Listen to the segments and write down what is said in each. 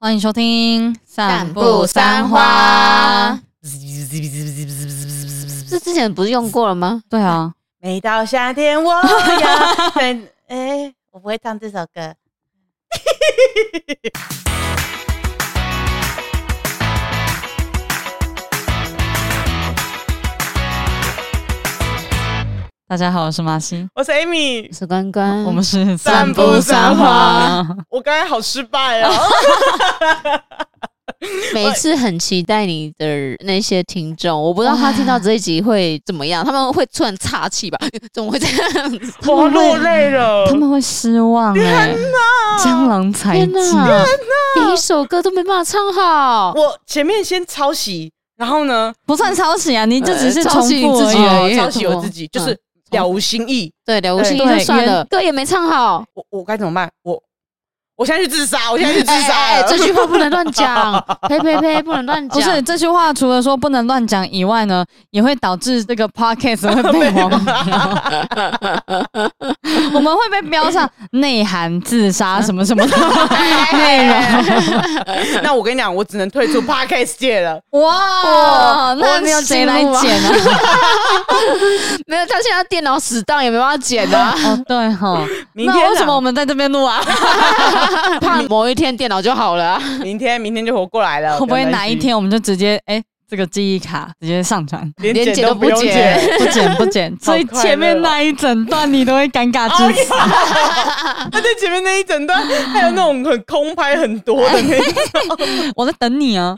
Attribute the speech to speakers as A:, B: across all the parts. A: 欢迎收听《
B: 散步三花》。 这之前不是用过了吗？
A: 对啊，
C: 每到夏天，我要等。哎、我不会唱这首 歌。
A: 大家好，我是马西，
C: 我是 Amy，
B: 是关关，
A: 我们是
C: 散步三花。我刚才好失败哦。
B: 每次很期待你的那些听众，我不知道他听到这一集会怎么样，他们会突然岔气吧？ 怎么会这样子？
A: 们
C: 我
A: 会
C: 落泪了。
A: 他们会失望哎、江郎才啊
B: 天
A: 尽。
B: 哪，第一首歌都没办法唱好，
C: 我前面先抄袭，然后呢，
A: 不算抄袭啊，你就
B: 呃
A: 只是重
B: 抄袭你
A: 复
B: 自
A: 而
B: 己
A: 已。哦
B: 而已
C: 呃抄袭我自己，就是
A: 嗯
C: 了无新意。
B: 对，了无新意
A: 对
B: 就算了
A: 原，
B: 歌也没唱好。
C: 我我该怎么办？我我现在去 自杀，我现在去自
B: 哎
C: 杀
B: 哎哎
C: 了。
B: 这句话不能乱讲，呸呸呸，不能乱
A: 不
B: 讲。
A: 是这句话，除了说不能乱讲以外呢，也会导致这个 podcast 会被黄标， 我们会被标上内涵自杀什么什么 的内容。
C: 那我跟你讲，我只能退 出 podcast 界了。
A: 哇，
B: 哇我没
A: 那
B: 有
A: 谁
B: 进入
A: 来
B: 啊
A: 剪啊？
B: 没有，他现在电脑死档也没办法剪啊，
A: 哦，对哈，
C: 明天啊
A: 那为什么我们在这边录 啊？
B: 怕某一天电脑就好了啊。
C: 明天，明天就活过来了。
A: 会不会
C: 没关系
A: 哪一天我们就直接哎、这个记忆卡直接上 传？
B: 连
C: 连
B: 剪
C: 剪
B: 都
C: 都
B: 不
C: 不用
B: 剪
C: 剪？
A: 不剪不剪，所以前面那一整段你都会尴尬至死。
C: 他在前面那一整段，还有那种很空拍很多的 那一 种，
A: 我在等你 啊！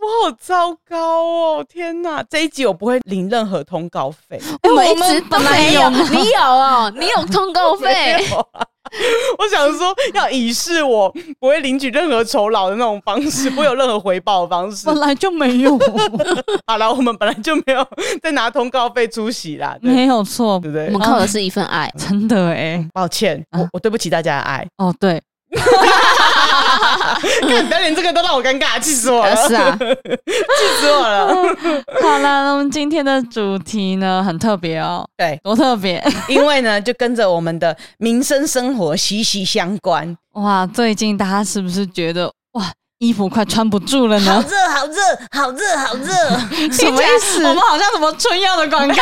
C: 我好糟糕哦！天哪，这一集我不会领任何通告费，
B: 我
A: 我
B: 们一直
A: 们
B: 都
A: 本来
B: 没
A: 有
B: 有，你有哦，你有通告费。
C: 没有 啊。我想说，要以示我不会领取任何酬劳的那种方式，不会有任何回报的方式
A: 本。来就没 有，
C: 好了，我们本来就没有再拿通告费出席啦，对
A: 没有错，。
C: 对不对
B: 嗯我？们嗯靠的是一份爱
A: 真的哎、
C: 抱歉，我我对不起大家 的爱。
A: 哦对，
C: 看，不要连这个都让我尴尬，气死我了，
B: 呃 是啊，
C: 气死我了。
A: 好啦，那我们今天的主题呢很特别哦，
C: 对，
A: 多特别
C: 因为呢，就跟着我们的民生生活息息相关。
A: 哇！最近大家是不是觉得哇衣服快穿不住了呢？
C: 热，好热，好热，好热！
A: 什么意思？我们好像什么春药的广告？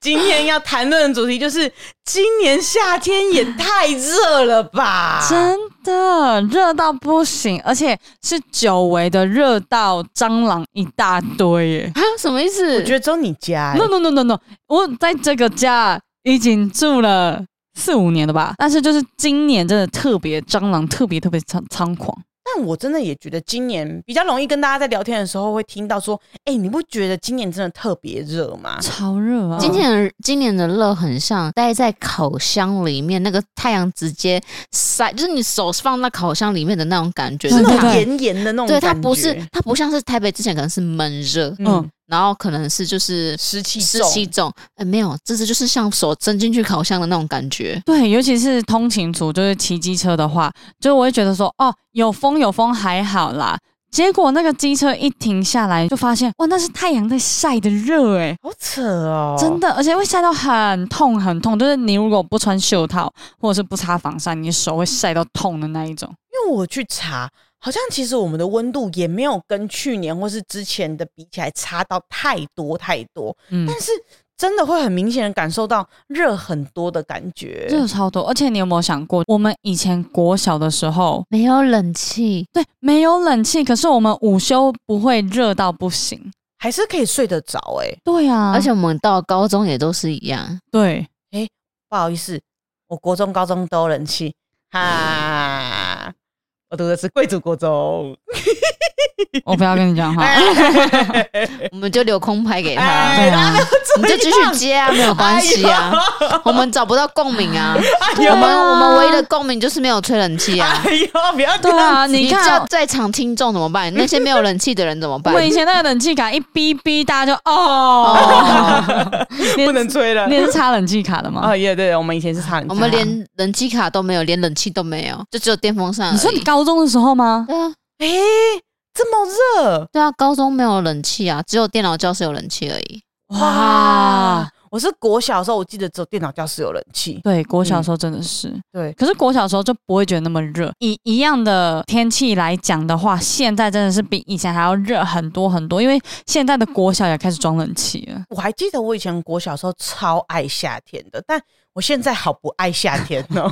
C: 今天要谈论的主题就是，今年夏天也太热了吧？
A: 真的热到不行，而且是久违的热到蟑螂一大堆耶。
B: 啊，什么意思
C: 我？觉得只有你家、欸
A: No no no no no，我在这个家已经住了四五年了吧，但是就是今年真的特别蟑螂特别特别猖猖狂。
C: 但我真的也觉得今年比较容易跟大家在聊天的时候会听到说，哎、你不觉得今年真的特别热吗？
A: 超热啊！
B: 今天的今年的热很像待在烤箱里面，那个太阳直接晒，就是你手放到烤箱里面的那种感觉。
A: 对
C: 是那
A: 对
C: 种
A: 对
C: 炎炎的那种
B: 对，
C: 感觉，
B: 它不是，它不像是台北之前可能是闷热，
A: 嗯
C: 嗯，
B: 然后可能是就是
C: 湿气
B: 湿
C: 重
B: 气重，哎，没有，这次就是像手伸进去烤箱的那种感觉。
A: 对，尤其是通勤族，就是骑机车的话，就我会觉得说，哦，有风有风还好啦。结果那个机车一停下来，就发现哇，那是太阳在晒的热哎、
C: 好扯哦，
A: 真的，而且会晒到很痛很痛，就是你如果不穿袖套或者是不擦防晒，你手会晒到痛的那一种。
C: 因为我去查，好像其实我们的温度也没有跟去年或是之前的比起来差到太多太多，
A: 嗯，
C: 但是真的会很明显的感受到热很多的感觉。
A: 热超多。而且你有没有想过，我们以前国小的时候，
B: 没有冷气，
A: 对，没有冷气，可是我们午休不会热到不行。
C: 还是可以睡得着哎、
A: 对啊，
B: 而且我们到高中也都是一样。
A: 对，
C: 不好意思，我国中、高中都有冷气，哈，我读的是贵族国中，
A: 我哦不要跟你讲 话。
B: 我们就留空拍给他，
A: 对啊，
B: 你就继续接啊，没有关系啊，
A: 哎
B: 我们找不到共鸣 啊。我们我们唯一的共鸣就是没有吹冷气啊。
C: 哎呦，不要这
A: 对
C: 样，
A: 啊，你
B: 知
A: 看
B: 道。在场听众怎么办？那些没有冷气的人怎么
A: 我
B: 办？
A: 们以前那个冷气卡一逼逼，大家就哦， 你
C: 不能吹了
A: 你。也是插冷气卡的吗？
C: 哦，也对，我们以前是差很
B: 我
C: 多。
B: 们连冷气卡都没有，连冷气都没有，就只有电风扇而已。
A: 你说你高中的时候吗？
B: 对啊，
C: 哎、这么热，
B: 对啊，高中没有冷气啊，只有电脑教室有冷气而已。
C: 哇
A: 哇！，
C: 我是国小的时候，我记得只有电脑教室有冷气。
A: 对，国
B: 嗯
A: 小的时候真的是，
C: 对，
A: 可是国小的时候就不会觉得那么热。以一样的天气来讲的话，现在真的是比以前还要热很多很多，因为现在的国小也开始装冷气了。
C: 我还记得我以前国小的时候超爱夏天的，但我现在好不爱夏天哦。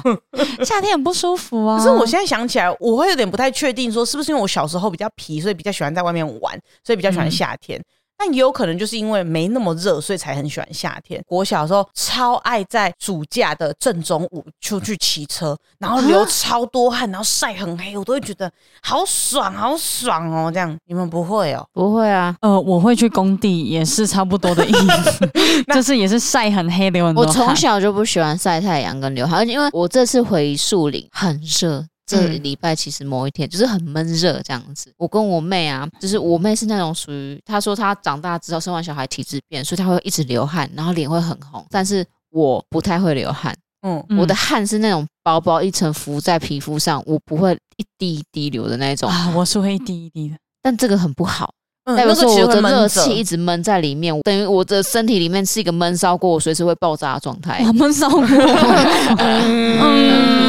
A: 夏天很不舒服
B: 哦
A: 啊。
C: 可是我现在想起来，我会有点不太确定，说是不是因为我小时候比较皮，所以比较喜欢在外面玩，所以比较喜欢夏
B: 嗯
C: 天。但也有可能就是因为没那么热，所以才很喜欢夏天。我小时候超爱在暑假的正中午出去骑车，然后流超多汗，然后晒很黑，我都会觉得好爽，好爽哦！这样你们不会哦？
B: 不会啊，
A: 呃，我会去工地也是差不多的意 思，就是也是晒很黑流很多
B: 我
A: 汗。
B: 从小就不喜欢晒太阳跟流汗，而且因为我这次回树林很热。这
C: 嗯
B: 礼拜其实某一天就是很闷热这样子。我跟我妹啊，就是我妹是那种属于，她说她长大之后生完小孩体质变，所以她会一直流汗，然后脸会很红。但是我不太会流汗，
C: 嗯，
A: 嗯
B: 我的汗是那种薄薄一层浮在皮肤上，我不会一滴一滴流的那种。
A: 啊，我是会一滴一滴的。
B: 但这个很不好，
C: 嗯
B: 代表说我的热
C: 那个
B: 气
C: 其
B: 一
C: 实
B: 直闷在里面，等于我的身体里面是一个闷烧锅，我随时会爆炸的状态。
A: 我 们烧锅，
C: 会闷热
A: 嗯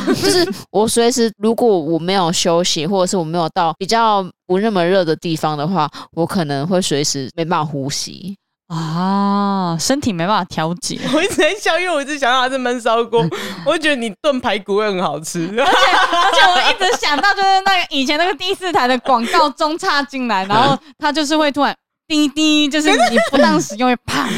C: 嗯，
B: 就是我随时，如果我没有休息，或者是我没有到比较不那么热的地方的话，我可能会随时没办法呼吸。
A: 啊，身体没办法调节。
C: 我一直在笑，因为我一直想到它是焖烧 锅，我就觉得你炖排骨会很好吃。
A: 而且我一直想到就是那个以前那个第四台的广告中插进来，然后它就是会突然滴滴，就是你不当使用会啪。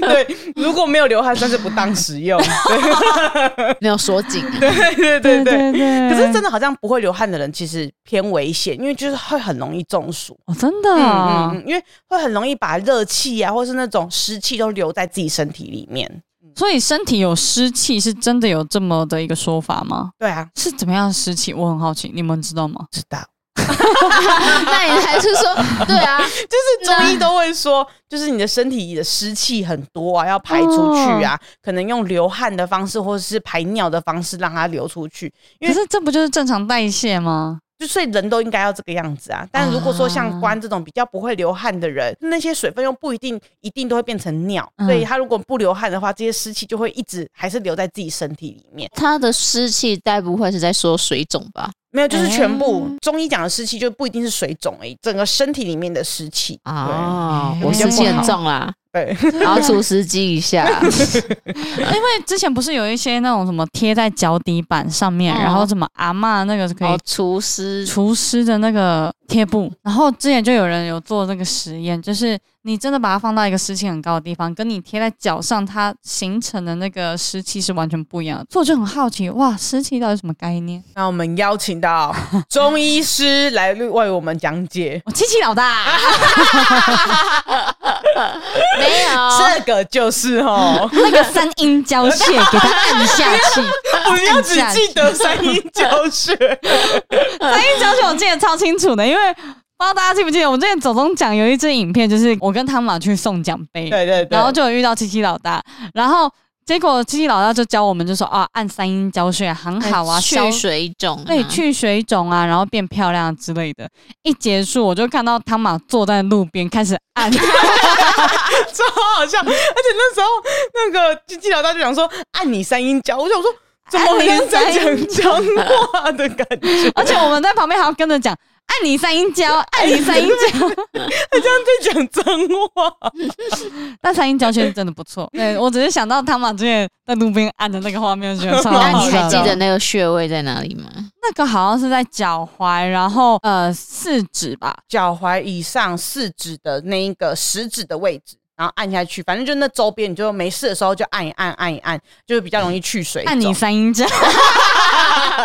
C: 对，如果没有流汗，算是不当 食用。
B: 没有锁紧，
C: 对对对对。
A: 对
C: 可是真
A: 的，
C: 的好像不会流汗的人，其实偏危险，因为就是会很容易中暑。
A: 哦，真的
C: 嗯
A: 啊
C: 嗯，嗯，因为会很容易把热气啊，或是那种湿气都留在自己身体里面。
A: 所以身体有湿气是真的有这么的一个说法吗？
C: 对啊，
A: 是怎么样的湿气？我很好奇，你们知道吗？
C: 知道，
B: 那你还是 说对啊？
C: 就是中医都会说，就是你的身体里的湿气很多啊，要排出去啊，可能用流汗的方式，或者是排尿的方式让它流出去。因
A: 可
C: 为
A: 是这不就是正常代谢吗？
C: 就所以人都应该要这个样子啊。但如果说像关这种比较不会流汗的人，那些水分又不一定一定都会变成尿，
A: 哦嗯
C: 所以他如果不流汗的话，这些湿气就会一直还是留在自己身体里面。
B: 它的湿气该不会是在说水肿吧？
C: 没有，就是全部、
A: 嗯
C: 中医讲的湿气就不一定是水肿而已，整个身体里面的湿气。
B: 啊，我
A: 比较
B: 湿气
A: 不
B: 很
A: 好
B: 重啦，
C: 对，
B: 然后除湿机一 下，
A: 因为之前不是有一些那种什么贴在脚底板上面，
C: 哦
B: 嗯
A: 然后什么阿嬷那个是可
B: 然后
A: 以
B: 除湿
A: 厨师的那个贴布，然后之前就有人有做那个实验，就是你真的把它放到一个湿气很高的地方，跟你贴在脚上，它形成的那个湿气是完全不一样的。所以我就很好奇，哇，湿气到底是什么概念？
C: 那我们邀请 到中医师来为我们讲解，
A: 我七七老大，
B: 没有。
C: 这个就是 哦，
A: 那个三阴交穴给它按下去，
C: 不要只
A: 按下去
C: 记得三阴交穴，
A: 三阴交穴我记得超清楚的，因为。不知道大家记不记得，我们之前走中奖有一支影片，就是我跟汤马去送奖杯，
C: 对对对，
A: 然后就有遇到七七老大，然后结果七七老大就教我们，就说啊，按三阴交穴很好啊，消
B: 去水肿、啊，
A: 对去水肿啊，然后变漂亮之类的。一结束，我就看到汤马坐在路边开始按，
C: 超好笑。而且那时候那个经济老大就想说按你三音教，我想说怎么
A: 按
C: 人
A: 人
C: 在
A: 三
C: 讲
A: 音
C: 脏话的感觉，
A: 而且我们在旁边还要跟着讲。按你三阴交，按你三阴交，
C: 他这样在讲脏话。
A: 但三阴交确实真的不错。对我只是想到汤马之前在路边按的那个画面，觉得超
B: 那
A: 好
B: 你还
A: 笑
B: 记
A: 的。
B: 得那个穴位在哪里吗？
A: 那个好像是在脚踝，然后呃四指吧，
C: 脚踝以上四指的那一个食指的位置。然后按下去，反正就那周边，你就没事的时候就按一按，按一按，就是比较容易去水肿。
A: 按你三阴交。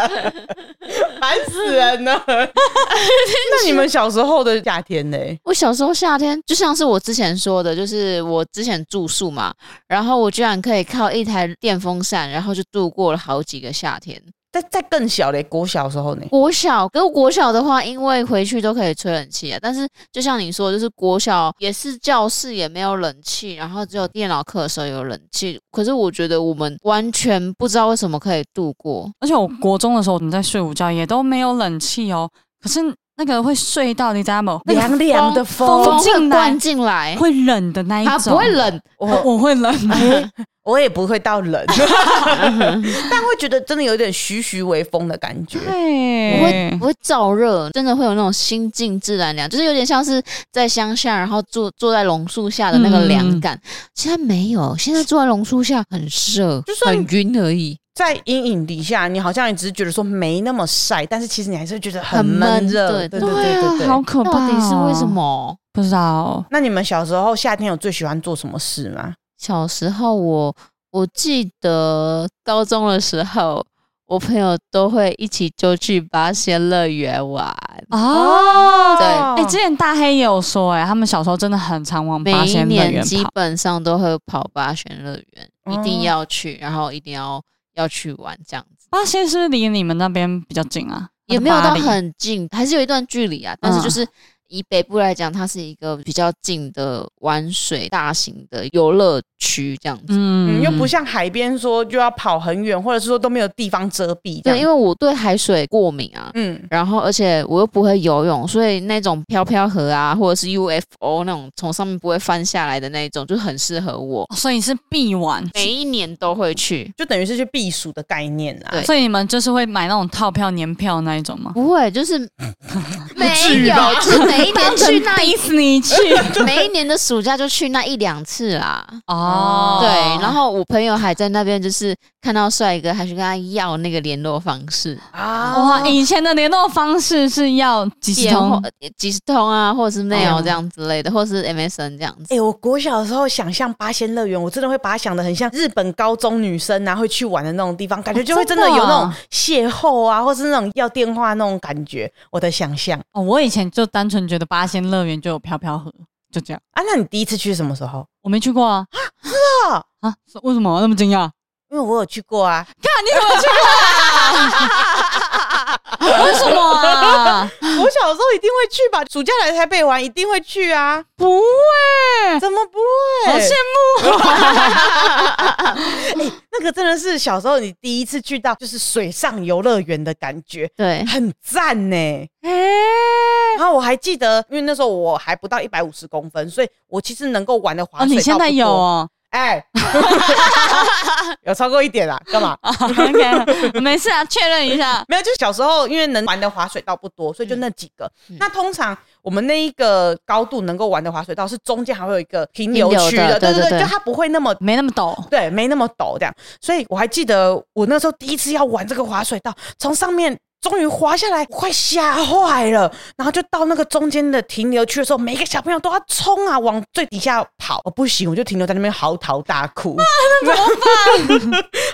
C: 烦死人了！那你们小时候的夏天呢？
B: 我小时候夏天，就像是我之前说的，就是我之前住宿嘛，然后我居然可以靠一台电风扇，然后就度过了好几个夏天。
C: 在在更小嘞，国小的时候呢？
B: 国小跟国小的话，因为回去都可以吹冷气啊，但是就像你说，就是国小也是教室也没有冷气，然后只有电脑课的时候有冷气。可是我觉得我们完全不知道为什么可以度过，
A: 而且我国中的时候，我们在睡午觉也都没有冷气哦。可是那个会睡到，你知道吗？那个
C: 凉凉的
A: 风
C: 风，
A: 进
B: 会
A: 来
B: 灌进来，
A: 会冷的那一
B: 它
A: 种，
B: 哎啊不会冷，
C: 哦
B: 啊
A: 我，我会冷。
C: 我也不会到 冷，但会觉得真的有点徐徐微风的感觉。
B: 不会
A: 对
B: 不，会燥热，真的会有那种心静自然凉，就是有点像是在乡下，然后坐坐在榕树下的那
A: 嗯
B: 个凉感。现在没有，现在坐在榕树下很热，
C: 就算
B: 很晕而已，
C: 在阴影底下，你好像也只是觉得说没那么晒，但是其实你还是会觉得
B: 很
C: 闷
B: 闷
C: 热。对
B: 对
C: 对
A: 对
C: 对对
A: 啊，好
C: 对。
A: 可怕、
B: 到底是为什？么？
A: 不知道。哦
C: 那你们小时候夏天有最喜欢做什么事吗？
B: 小时候我我记得高中的时候，我朋友都会一起就去八仙乐园玩。
A: 哦，
B: 对
A: 哎、之前大黑也有说、哎，他们小时候真的很常往
B: 每
A: 八
B: 一
A: 仙乐
B: 年
A: 园
B: 基
A: 跑。
B: 本上都会跑八仙乐园，
C: 哦
B: 一定要去，然后一定要要去玩这样子，
A: 八仙是不是离你们那边比较近啊？
B: 也没有到
A: 还是巴黎
B: 很近，还是有一段距离啊。但是
C: 嗯
B: 就是以北部来讲，它是一个比较近的玩水大型的游乐区这样子。
A: 嗯
C: 嗯，又不像海边说就要跑很远，或者是说都没有地方遮蔽这样。
B: 对，因为我对海水过敏啊，
C: 嗯，
B: 然后而且我又不会游泳，所以那种飘飘河啊，或者是 UFO 那种从上面不会翻下来的那一种，就很适合我。
A: 哦所以是必玩。
B: 每一年都会去，
C: 就等于是去避暑的概念啊。
B: 对
A: 所以你们就是会买那种套票、年票那一种吗？
B: 不会 就是没
C: 哦至于吧
B: 有，就是每 一年去那
A: 迪
B: 一
A: 士尼去
B: 每一年的暑假就去那一两次啦。
A: 哦，
B: 对，然后我朋友还在那边，就是看到帅哥，还去跟他要那个联络方式，
C: 啊
A: 哇，以前的联络方式是要即时
B: 电话
A: 通，
B: 呃即时通啊，或者是 mail
A: 哦
B: 这样之类的，或是 MSN 这样子。
C: 哎、我国小的时候想象八仙乐园，我真的会把它想的很像日本高中女生啊会去玩的那种地方，感觉就会真的有
A: 真的
C: 那种
A: 啊
C: 邂逅啊，或是那种要电话那种感觉。我的想象
A: 哦，我以前就单纯觉得八仙乐园就有飘飘河，就这样，
C: 啊，那你第一次去是什么时候？
A: 我没去过啊。是
C: 啊
A: 啊，是为什么那么惊讶？
C: 因为我有去过啊，
A: 看你怎么去过、 啊？为什么啊？
C: 我小时候一定会去吧，暑假来台北玩一定会去啊，
A: 不会，
C: 怎么不
A: 好
C: 会？哎
A: 羡
C: 那个真的是小时候你第一次去到就是水上游乐园的感觉，
B: 对，
C: 很赞呢、
A: 慕。哎，
C: 然后我还记得，因为那时候我还不到一百五十公分，所以我其实能够玩的滑
A: 哦，
C: 水、
A: 你现在有？ 哦
C: 哎，有超过一点啦，干嘛？
A: 哦？OK，没事啊，确认一下。
C: 没有，就是小时候因为能玩的滑水道不多，所以就
A: 嗯
C: 那几个。那通常我们那一个高度能够玩的滑水道是中间还会有一个停留区
B: 停留的对
C: 的，对对
B: 对
C: 对，
B: 对
C: 就它不会那么
A: 没那么陡，
C: 对，没那么陡这样。所以我还记得我那时候第一次要玩这个滑水道，从上面。终于滑下来，我快吓坏了。然后就到那个中间的停留区的时候，每一个小朋友都要冲啊，往最底下跑。我、不行，我就停留在那边嚎啕大哭。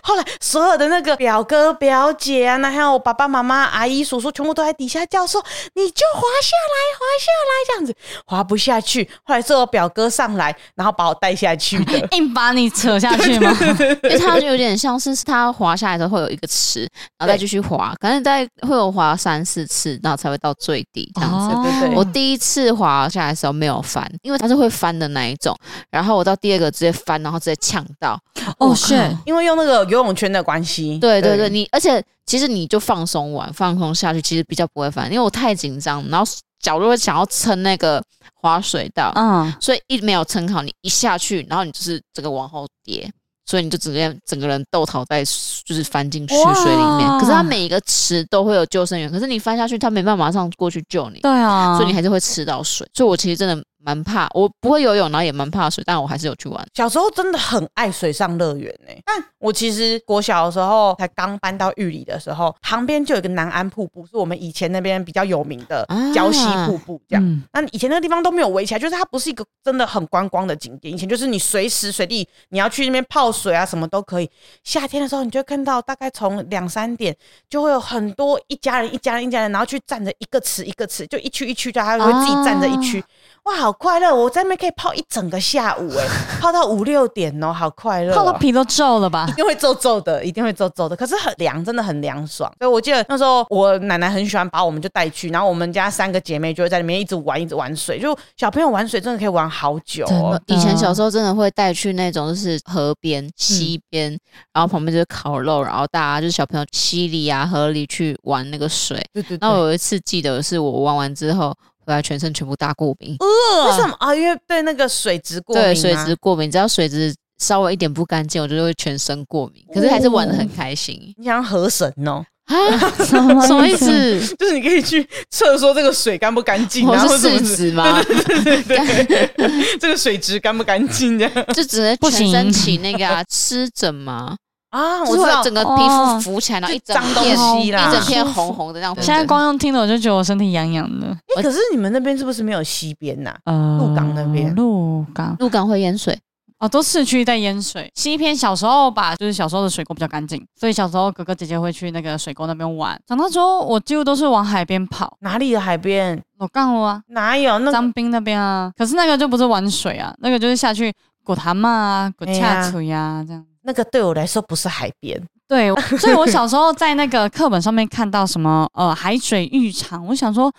C: 后来所有的那个表哥表姐啊，那还有我爸爸妈妈、阿姨、叔叔，全部都在底下叫说：“你就滑下来，滑下来！”这样子滑不下去。后来是我表哥上来，然后把我带下去的。
A: 硬把你扯下去吗？
B: 因为它就有点像是它滑下来的时候会有一个池，然后再继续 滑，可能在会有滑三四次，然后才会到最底 这样
A: 哦
B: 子。
C: 对对
B: 我第一次滑下来的时候没有翻，因为它是会翻的那一种。然后我到第二个直接翻，然后直接呛到。
A: 哦，
B: 我
A: 是
B: 靠
C: 因为用那个游泳圈的关系。
B: 对对对，，你而且其实你就放松玩，放松下去，其实比较不会翻，因为我太紧张，然后脚就会想要撑那个滑水道，
A: 嗯，
B: 所以一没有撑好，你一下去，然后你就是整个往后跌，所以你就整个整个人都倒在就是翻进去
A: 哇
B: 水里面。可是它每一个池都会有救生员，可是你翻下去，他没办法马上过去救你，
A: 对啊，
B: 所以你还是会吃到水。所以我其实真的蛮怕，我不会游泳，然后也蛮怕水，但我还是有去玩。
C: 小时候真的很爱水上乐园呢。但我其实国小的时候才刚搬到玉里的时候，旁边就有一个南安瀑布，是我们以前那边比较有名的
B: 啊
C: 礁溪瀑布，这样。
A: 嗯
C: 那以前那个地方都没有围起来，就是它不是一个真的很观光的景点。以前就是你随时随地你要去那边泡水啊，什么都可以。夏天的时候，你就会看到大概从两三点就会有很
A: 哦
C: 多一家人、一家人、一家人，然后去站着一个池一个池，就一区一区的，他会自己站着一区。哇，好快乐！我在那边可以泡一整个下午、哎，泡到五六点哦，好快乐、哦。
A: 泡到皮都皱了吧
C: 一？定会皱皱的，一定会皱皱的。可是很凉，真的很凉爽。所以我记得那时候我奶奶很喜欢把我们就带去，然后我们家三个姐妹就会在里面一直玩，一直玩水。就小朋友玩水真的可以玩好久
A: 真
C: 哦
A: 的。
B: 以前小时候真的会带去那种就是河边、
C: 嗯
B: 溪边，然后旁边就是烤肉，然后大家就是小朋友溪里啊、河里去玩那个水。
C: 对对
B: 那
C: 对，
B: 我有一次记得是我玩完之后回来全身全部大过敏，
C: 为什么啊？因为对那个水质过敏、啊，
B: 对水质。过敏，只要水质稍微一点不干净，我就会全身过敏。可是还是玩的
C: 哦
B: 很开 心
C: 你想河神哦，
B: 啊？
A: 什么
B: 什么意？ 思？
C: 就是你可以去测说这个水干不干净，
B: 我
C: 然后
B: 是
C: 什么
B: 试纸吗？
C: 对对对， 这个水质干不干净这 样
B: 就只能
A: 不
B: 全
A: 行
B: 身起那个啊湿疹 嘛，
C: 啊？
B: 就
C: 我
B: 是
C: 知
B: 会
C: 道
B: 整个皮肤
A: 哦
B: 浮起来，然后
C: 就
B: 一整
C: 脏东
B: 片
C: 西啦
B: 一整片红红的那样。
A: 现在光用听了我就觉得我身体痒痒的。
C: 诶可是你们那边是不是没有溪边呐、
A: 呃，
C: 鹿港那边
A: 鹿港
B: 鹿港会淹水，
A: 哦，都市区在淹水。西边小时候吧，就是小时候的水沟比较干净，所以小时候哥哥姐姐会去那个水沟那边玩。长大之后，我几乎都是往海边跑，
C: 哪里的海边？
A: 我干过啊，
C: 哪有那
A: 张滨那边啊。可是那个就不是玩水啊，那个就是下去滚蛤蟆啊、
C: 哎
A: 滚恰球呀这样。
C: 那个对我来说不是海边？
A: 对，所以我小时候在那个课本上面看到什么呃海水浴场，我想说，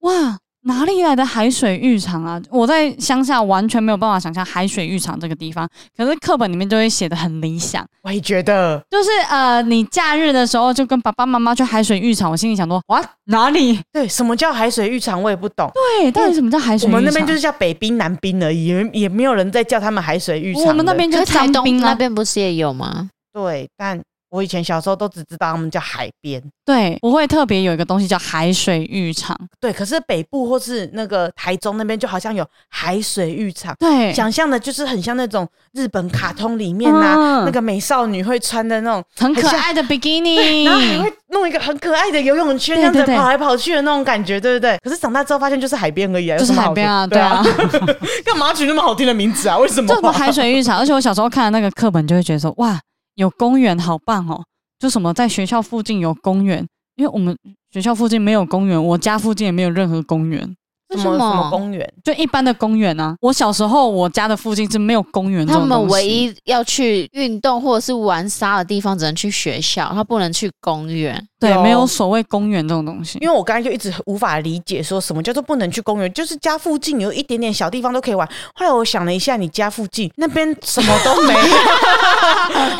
A: 哇，哪里来的海水浴场啊？我在乡下完全没有办法想象海水浴场这个地方，可是课本里面就会写的很理想，
C: 我也觉得，
A: 就是呃，你假日的时候就跟爸爸妈妈去海水浴场，我心里想说，哇，哪里？
C: 对，什么叫海水浴场我也不懂。
A: 对，到底什么叫海
C: 我
A: 水浴场？
C: 们那边就是叫北冰、南冰而已，也也没有人在叫他们海水浴场的。
A: 我们那边就
B: 可
A: 是
B: 是台
A: 张
B: 东
A: 冰
B: 那
A: 啊。
B: 边不是也有吗？
C: 对，但我以前小时候都只知道他们叫海边。
A: 对，我会特别有一个东西叫海水浴场。
C: 对，可是北部或是那个台中那边就好像有海水浴场，
A: 对，
C: 想象的就是很像那种日本卡通里面呐、
A: 嗯
C: 那个美少女会穿的那种，
A: 很可
C: 很像
A: 爱 的比基尼，
C: 然后还会弄一个很可爱的游泳圈，
A: 嗯对
C: 这样子
A: 对对
C: 跑来跑去的那种感觉，对不对？可是长大之后发现就是海边而已啊，有
A: 就是
C: 什么
A: 海
C: 好
A: 边啊，
C: 对
A: 对啊，。
C: 干嘛取那么好听的名字啊？为什么
A: 这种
C: 啊？
A: 海水浴场，而且我小时候看的那个课本就会觉得说，哇，有公园好棒哦！就什么在学校附近有公园，因为我们学校附近没有公园，我家附近也没有任何公园，
C: 什么什么公园？
A: 就一般的公园啊。我小时候我家的附近是没有公园这
B: 他
A: 种东西，
B: 们唯一要去运动或者是玩沙的地方，只能去学校，他不能去公园。
A: 对
C: 有
A: 没有所谓公园这种东西
C: 因。为我刚才就一直无法理解，说什么叫做不能去公园，就是家附近有一点点小地方都可以玩。后来我想了一下，你家附近那边什么都没有，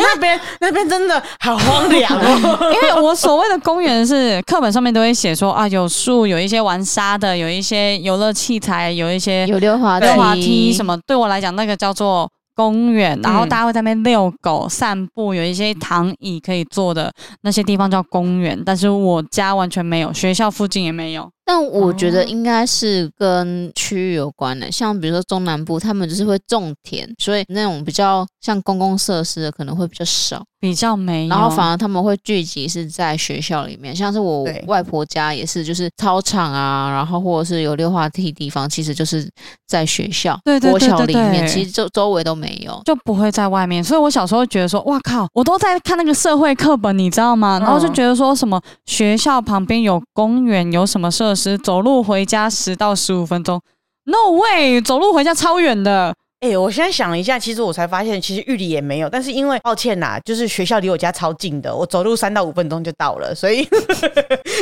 C: 那边那边真的好荒凉哦。
A: 因为我所谓的公园是课本上面都会写说啊，有树，有一些玩沙的，有一些游乐器材，有一些
B: 有溜滑
A: 啊溜滑梯什
B: 么？
A: 么，对我来讲那个叫做公园，然后
B: 嗯
A: 大家会在那边遛狗、散步，有一些躺椅可以坐的那些地方叫公园，但是我家完全没有，学校附近也没有。
B: 但我觉
A: 哦
B: 得应该是跟区域有关的，像比如说中南部，他们就是会种田，所以那种比较像公共设施的可能会比较少。
A: 比较没有，
B: 然后反而他们会聚集是在学校里面，像是我
C: 对
B: 外婆家也是，就是操场啊，然后或者是有溜滑梯的地方，其实就是在学校
A: 对对对
B: 国小里
A: 对
B: 面，
A: 对
B: 其实周周围都没有。
A: 就不会在外面。所以我小时候觉得说，哇靠，我都在看那个社会课本，你知道吗？
C: 嗯
A: 然后就觉得说什么学校旁边有公园，有什么设施，走路回家十到十五分钟。No way，走路回家超远的。
C: 哎、我现在想一下，其实我才发现，其实玉里也没有。但是因为抱歉啦，就是学校离我家超近的，我走路三到五分钟就到了，所以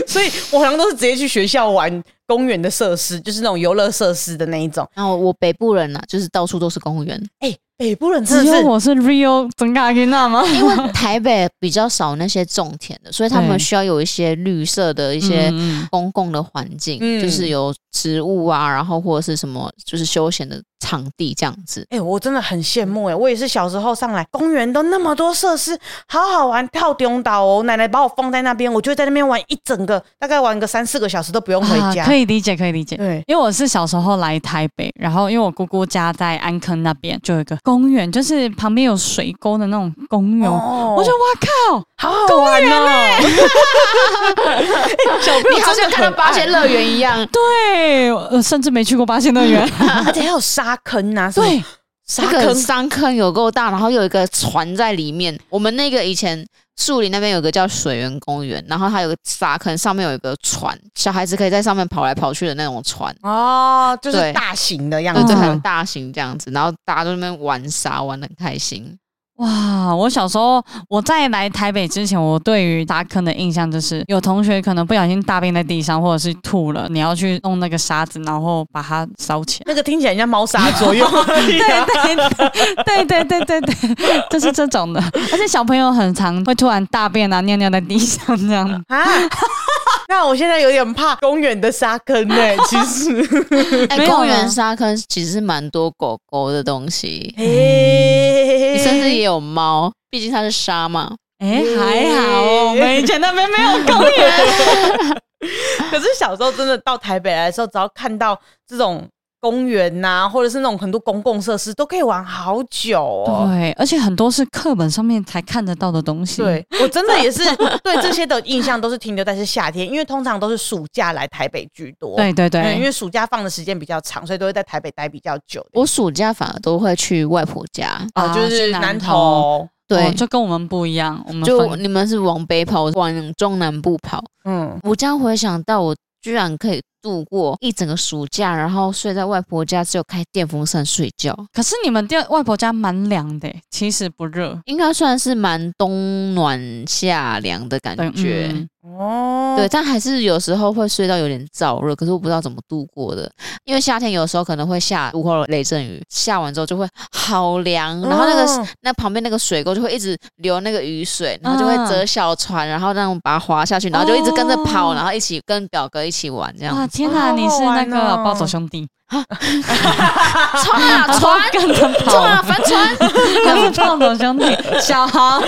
C: 所以我好像都是直接去学校玩公园的设施，就是那种游乐设施的那一种。
B: 然后我北部人呐、就是到处都是公园，
C: 哎、北部人真
A: 只
C: 的
A: 有
C: 是。
A: 我是 Rio 曾卡吉娜吗？
B: 因 为台北比较少那些种田的，所以他们
A: 对
B: 需要有一些绿色的一些
A: 嗯嗯嗯
B: 公共的环境，
C: 嗯
B: 就是有植物啊，然后或者是什么就是休闲的场地这样子。
C: 哎、我真的很羡慕哎、我也是小时候上来，公园都那么多设施，好好玩，跳丢岛哦。奶奶把我放在那边，我就在那边玩一整个，大概玩个三四个小时都不用回家。
A: 啊，可以理解，可以理解。
C: 对，
A: 因为我是小时候来台北，然后因为我姑姑家在安坑那边，就有一个公园，就是旁边有水沟的那种公园。
C: 哦
A: 我觉得哇靠，啊
C: 好好玩哦、小
A: 哦
C: 朋友
B: 你好
C: 真
B: 像
C: 的
B: 看到
C: 很
B: 八
C: 爱
B: 仙乐园一样，
A: 对，呃甚至没去过八仙乐园。
C: 而且还有沙坑啊，什么
A: 对，
C: 沙
B: 那个
C: 坑
B: 山坑有够大，然后有一个船在里面。我们那个以前树林那边有个叫水源公园，然后它有个沙坑，上面有一个船，小孩子可以在上面跑来跑去的那种船，
C: 哦，就是
B: 对
C: 大型的样
B: 对
C: 子。
B: 对，
A: 嗯
B: 很大型这样子。然后大家都在那边玩沙，玩的很开心。
A: 哇，我小时候我在来台北之前，我对于沙坑的印象就是，有同学可能不小心大便在地上，或者是吐了，你要去弄那个沙子，然后把它烧起来。
C: 那个听起来像猫砂 作用，啊对
A: 对对对对对，就是这种的。而且小朋友很常会突然大便啊、尿尿在地上这样。
C: 啊。那我现在有点怕公园的沙坑呢、其实，
B: 哎、
A: 没有
B: 公
A: 了
B: 园沙坑其实是蛮多狗狗的东西，
C: 嘿
B: 甚至也有猫，毕竟它是沙嘛。
A: 哎、还好哦，我们以前那边没有公园。
C: 可是小时候真的到台北来的时候，只要看到这种公园呐、或者是那种很多公共设施，都可以玩好久哦。
A: 对，而且很多是课本上面才看得到的东西。
C: 对，我真的也是对这些的印象都是停留在是夏天，因为通常都是暑假来台北居多。
A: 对对
C: 嗯，因
A: 对，
C: 为暑假放的时间比较长，所以都会在台北待比较久的。
B: 我暑假反而都会去外婆家，
C: 啊，就
A: 去
C: 是
A: 南
C: 南
A: 投
C: 投，
B: 对，
A: 哦就跟我们不一样，我们
B: 就
A: 分
B: 你们是往北跑，往中南部跑。
C: 嗯，
B: 我这样回想到，我居然可以度过一整个暑假，然后睡在外婆家，只有开电风扇睡觉，
A: 可是你们第二外婆家蛮凉的欸，其实不热。
B: 应该算是蛮冬暖夏凉的感
A: 对，
B: 觉。
A: 嗯
C: 哦，
B: 对，，但还是有时候会睡到有点燥热，可是我不知道怎么度过的，因为夏天有时候可能会下午后雷阵雨，下完之后就会好凉，然后那个、
C: 嗯
B: 那旁边那个水沟就会一直流那个雨水，然后就会
A: 嗯
B: 折小船，然后让我们把它滑下去，然后就一直跟着跑，
A: 哦
B: 然后一起跟表哥一起玩这样
A: 哇，
B: 子。
A: 天哪，
C: 好
A: 你
C: 好
A: 是那
C: 玩
A: 个
C: 哦
A: 暴走兄弟，
B: 冲啊 船，
A: 跟着
B: 冲啊
A: 跑，
B: 帆船！
A: 我是暴走兄弟，小豪，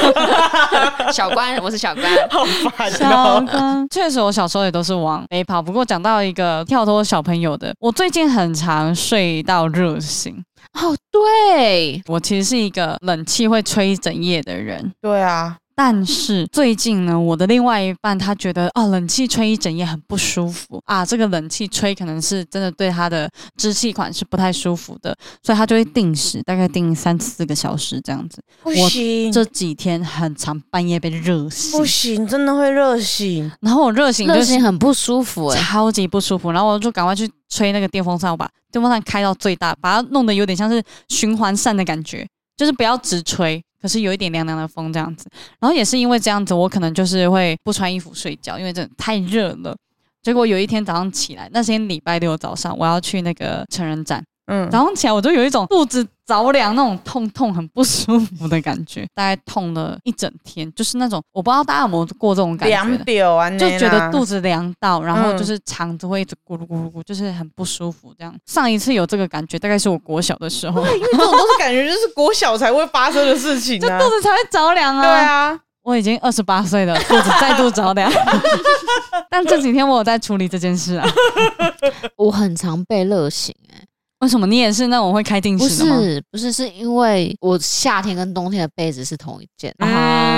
B: 小关，我是小关。
C: 好 烦
A: 小
C: 哦。
A: 刚，确实，我小时候也都是往北跑。不过讲到一个跳脱小朋友的，我最近很常睡到热醒。
B: 哦，对，
A: 我其实是一个冷气会吹一整夜的人。
C: 对啊，
A: 但是最近呢，我的另外一半他觉得啊，冷气吹一整夜很不舒服啊，这个冷气吹可能是真的对他的支气管是不太舒服的，所以他就会定时，大概定三四个小时这样子。
C: 不行，
A: 这几天很长，半夜被热醒
C: 不，行，真的会热醒。
A: 然后我热醒
B: 热
A: 就
B: 心
A: 是
B: 很不舒服 哎、
A: 超级不舒服，然后我就赶快去吹那个电风扇，我把电风扇开到最大，把它弄得有点像是循环扇的感觉，就是不要直吹，可是有一点凉凉的风这样子。然后也是因为这样子，我可能就是会不穿衣服睡觉，因为真的太热了。结果有一天早上起来，那天礼拜六早上，我要去那个成人展，
C: 嗯，
A: 早上起来我就有一种肚子着凉那种痛痛很不舒服的感觉，大概痛了一整天，就是那种我不知道大家有没有过这种感觉
C: 凉
A: 的。
C: 表啊，
A: 就觉得肚子
C: 子
A: 凉到，然后
C: 嗯
A: 就是肠子会一直咕噜咕噜咕，就是很不舒服这样。上一次有这个感觉，大概是我国小的时候，就
C: 这种都是感觉就是国小才会发生的事情 啊。
A: 肚子才会着凉啊。
C: 对，啊，
A: 我已经二十八岁 了，肚子再度着凉。但这几天我有在处理这件事 啊。
B: 我很常被热醒哎、
A: 为什么你也是那种会开定
B: 不
A: 时的吗？
B: 是不是，是因为我夏天跟冬天的被子是同一件，
A: 嗯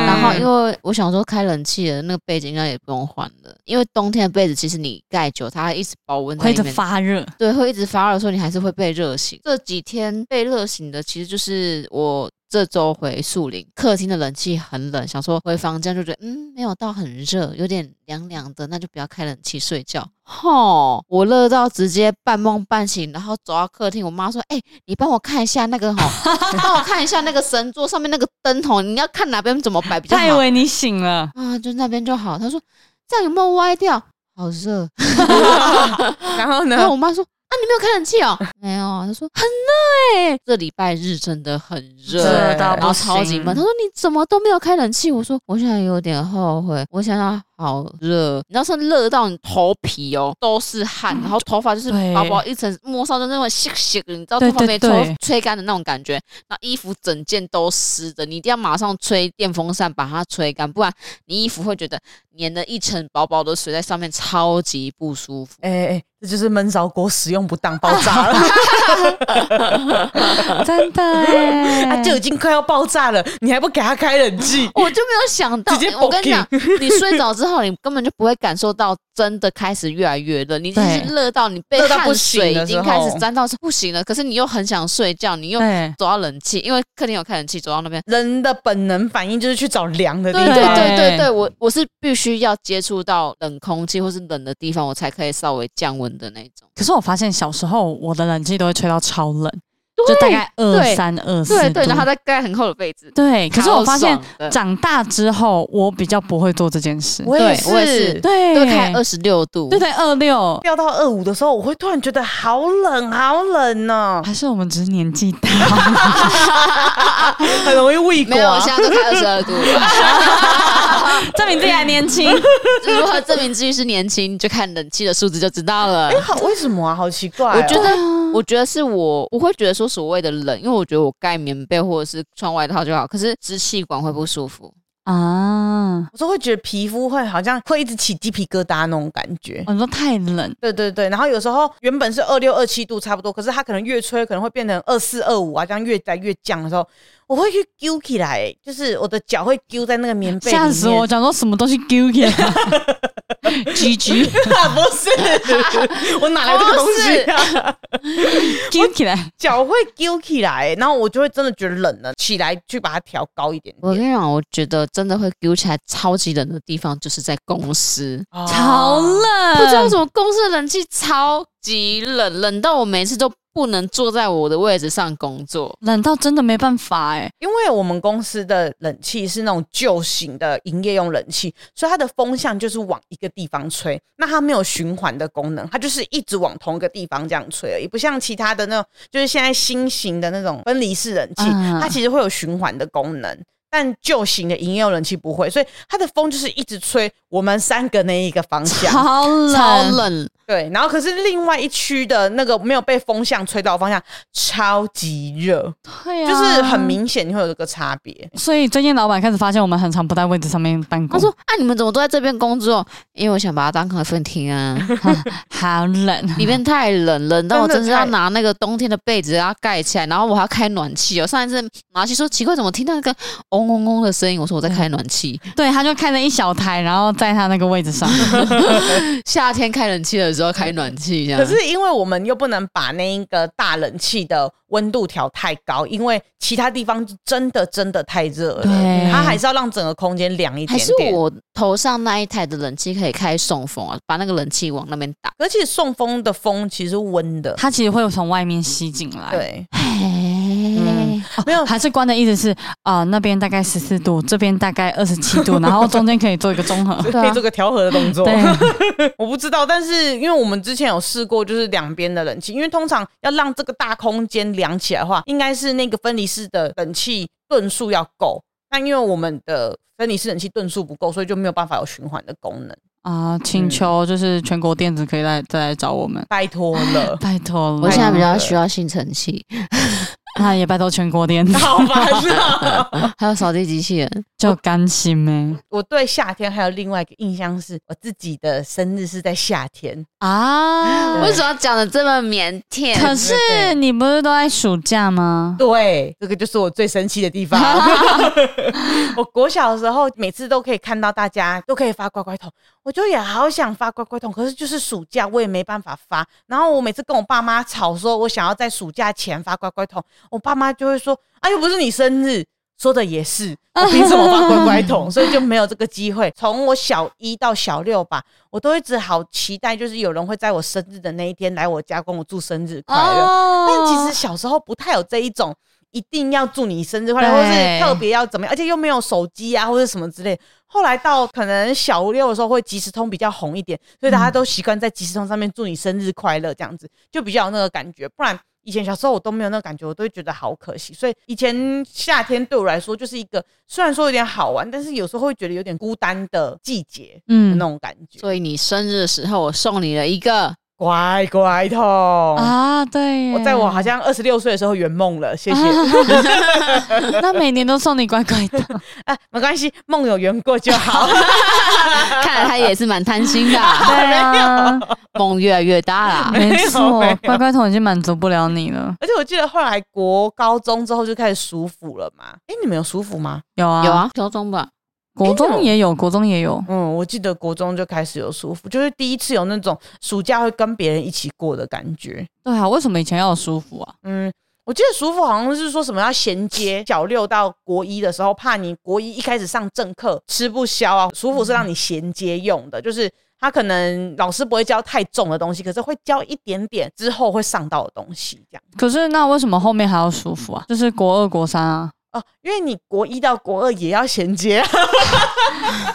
B: 然后因
C: 为
B: 为我想说开冷气的那个被子应该也不用换了，因为冬天的被子其实你盖久，它一直保温在
A: 会一
B: 里
A: 直
B: 面，
A: 发热，
B: 对，会一直发热，所以你还是会被热醒。这几天被热醒的其实就是我。这周回树林，客厅的冷气很冷，想说回房间就觉得嗯没有到很热，有点凉凉的，那就不要开冷气睡觉。吼，我热到直接半梦半醒，然后走到客厅，我妈说：“哎、你帮我看一下那 个吼，帮我看一下那个神桌上面那个灯吼，你要看哪边怎么摆比较
A: 他以
B: 好。”
A: 为你醒了。
B: 啊，就那边就好。他说这样有没有歪掉？好热。
C: 然后
A: 嗯
B: 然
C: 呢
B: 后，我妈说啊，你没有开冷气哦？没有。她说很热哎、这礼拜日真的很热。
A: 热到
B: 然后
A: 不
B: 超级
A: 行
B: 闷，她说你怎么都没有开冷气？我说我现在有点后悔，我想想好热，你知道是热到你头皮哦都是汗，然后头发就是
A: 对
B: 薄薄一层，摸上就那种细细的，你知道
A: 对
B: 头发没
A: 对
B: 抽
A: 对
B: 吹干的那种感觉，那衣服整件都湿的，你一定要马上吹电风扇把它吹干，不然你衣服会觉得粘了一层薄薄的水在上面，超级不舒服。
C: 哎哎，这就是闷烧锅使用不当爆 炸了， 啊
A: 真 的欸
B: 啊哎
C: 它就已经快要爆炸了，你还不给它开冷气？
B: 哦 我就没有想到，
C: 直接
B: 我跟你讲，你睡着之候你根本就不会感受到真的开始越来越热，你就是
A: 对
B: 热到你被
C: 热到不
B: 汗水
C: 行的
B: 已经
C: 时
B: 开始
C: 候
B: 沾到是不行了，可是你又很想睡觉，你又
A: 对，
B: 走到冷气，因为客厅有开冷气，走到那边。
C: 人的本能反应就是去找凉的地
B: 对
C: 方。
B: 对对
A: 对
B: 对对，我我是必须要接触到冷空气或是冷的地方，我才可以稍微降温的那种。
A: 可是我发现小时候我的冷气都会吹到超冷，就大概二
B: 对
A: 三二四
B: 对对，
A: 度
B: 然后再盖很厚的被子。
A: 对，可是我
B: 超
A: 发现
B: 爽的
A: 长大之后，我比较不会做这件事。
C: 我也
B: 对我也是
C: 是。
A: 对，
B: 都开二十六度，
A: 对对二六，
C: 飙到二五的时候，我会突然觉得好冷，好冷哦 呢、
A: 还是我们只是年纪大。
C: 很容易胃啊
B: 没有，我现在都开二十二度了。
A: 证明自己还年轻。
B: 如何证明自己是年轻，你就看冷气的数值就知道了
C: 哎、。好，为什么啊？好奇怪哦、
B: 我觉得，我觉得是我不会觉得说所谓的冷，因为我觉得我盖棉被或者是穿外套就好。可是支气管会不舒服，
A: 啊，
C: 我就会觉得皮肤会好像会一直起鸡皮疙瘩那种感觉。
A: 我说太冷，
C: 对对对，然后有时候原本是二六二七度差不多，可是它可能越吹可能会变成二四二五啊，这样越来越降的时候，我会去揪起来，就是我的脚会揪在那个棉被里面。
A: 吓 死我！讲说什么东西丢给他，GG
C: 不是，我哪来这个东西 啊？
A: 丢起来。
C: 脚会揪起来，然后我就会真的觉得冷了，起来去把它调高一点
B: 我跟
C: 点。
B: 你讲，我觉得真的会丢起来超级冷的地方，就是在公司。
C: 啊
A: 超冷，
B: 不知道为什么公司的冷气超级冷，冷到我每次都不能坐在我的位置上工作。
A: 冷到真的没办法哎、
C: 因为我们公司的冷气是那种旧型的营业用冷气，所以它的风向就是往一个地方吹，那它没有循环的功能，它就是一直往同一个地方这样吹而已，不像其他的那种，就是现在新型的那种分离式冷气，
A: 嗯
C: 它其实会有循环的功能。但旧型的营业用冷气不会，所以它的风就是一直吹我们三个那一个方 向，
A: 超冷，
B: 超冷，
C: 对，然后可是另外一区的那个没有被风向吹到的方向超级热，
A: 对啊，
C: 就是很。明显你会有这个差别。
A: 所以最近老板开始发现我们很常不在位置上面办公，
B: 他说：“啊，你们怎么都在这边工作？因为我想把它当咖啡厅啊，
A: 好冷，
B: 里面太冷，冷到我
C: 真的
B: 真是要
C: 太
B: 拿那个冬天的被子然后盖起来，然后我还要开暖气哦。上一次马西说奇怪，怎么听到那个嗡嗡嗡的声音？我说我在开暖气，
A: 对，他就开了一小台，然后在他那个位置 上，
B: 夏天开冷气的时候开暖气这样。
C: 可是因为我们又不能把那一个大冷气的温度调太高，因为其他地方真的真的太热了，
A: 对
C: 它还是要让整个空间凉一
B: 还
C: 点
B: 是
C: 点。
B: 我头上那一台的冷气可以开送风啊，把那个冷气往那边打。
C: 而且送风的风其实是温的，
A: 他其实会从外面吸进来。，哦
C: 对，
B: 嗯，
C: 没有
A: 还是关的意思是啊、呃那边大概十四度，这边大概二十七度，然后中间可以做一个综 合。
B: 啊
C: 可以做个调和的动作。
A: 对，
C: 我不知道，但是因为我们之前有试过，就是两边的冷气，因为通常要让这个大空间凉起来的话，应该是那个分离式的冷气吨数要够。但因为我们的分离式冷气吨数不够，所以就没有办法有循环的功能。
A: 啊、请
C: 嗯
A: 求就是全国电子可以来再来找我们，，
C: 拜托了
A: 拜托了。
B: 我现在比较需要吸尘器，
A: 那也拜托全国电子，
C: 好烦啊！
B: 还有扫地机器人。
A: 就甘心欸呗、
C: 我对夏天还有另外一个印象是，我自己的生日是在夏天。
A: 啊
C: 对
B: 为什么讲的这么腼腆？
A: 可是你不是都在暑假吗？
C: 对，这个就是我最生气的地方。 我国小的时候，每次都可以看到大家都可以发乖乖桶，我就也好想发乖乖桶，可是就是暑假我也没办法发。然后我每次跟我爸妈吵说，我想要在暑假前发乖乖桶，我爸妈就会说：“啊，又不是你生日。”说的也是，我凭什么发乖乖桶？所以就没有这个机会。从我小一到小六吧，我都一直好期待，就是有人会在我生日的那一天来我家跟我祝生日快乐。
A: 哦
C: 但其实小时候不太有这一种，一定要祝你生日快乐，或
A: 对
C: 是特别要怎么样，而且又没有手机啊，或者什么之类。后来到可能小六的时候，会即时通比较红一点，所
A: 嗯
C: 以大家都习惯在即时通上面祝你生日快乐，这样子就比较有那个感觉。不然以前小时候我都没有那个感觉，我都会觉得好可惜。所以以前夏天对我来说就是一个虽然说有点好玩，但是有时候会觉得有点孤单的季节的
A: 嗯
C: 那种感觉。
B: 所以你生日的时候，我送你了一个
C: 乖乖痛，
A: 啊，对耶，
C: 哦我在我好像二十六岁的时候圆梦了，谢谢。
A: 那每年都送你乖乖 的，
C: 啊，没关系，梦有圆过就好。
B: 看来他也是蛮贪心的、
A: 对啊，
B: 梦越来越大 啦。
A: 没
C: 有
A: 错
C: 没有，
A: 乖乖桶已经满足不了你了。
C: 而且我记得后来国高中之后就开始舒服了嘛。哎、你们有舒服吗？
B: 哦
A: 有啊，
B: 有，啊，高中吧，
A: 国中也有，国中也有。
C: 嗯，我记得国中就开始有舒服，就是第一次有那种暑假会跟别人一起过的感觉。
A: 对啊，为什么以前要有舒服啊？
C: 嗯，我记得舒服好像是说什么要衔接小六到国一的时候，怕你国一一开始上正课吃不消啊。舒服是让你衔接用的，就是他可能老师不会教太重的东西，可是会教一点点之后会上到的东西，这样
A: 可是那为什么后面还要舒服啊？就是国二、国三啊。
C: 哦、因为你国一到国二也要衔接、啊，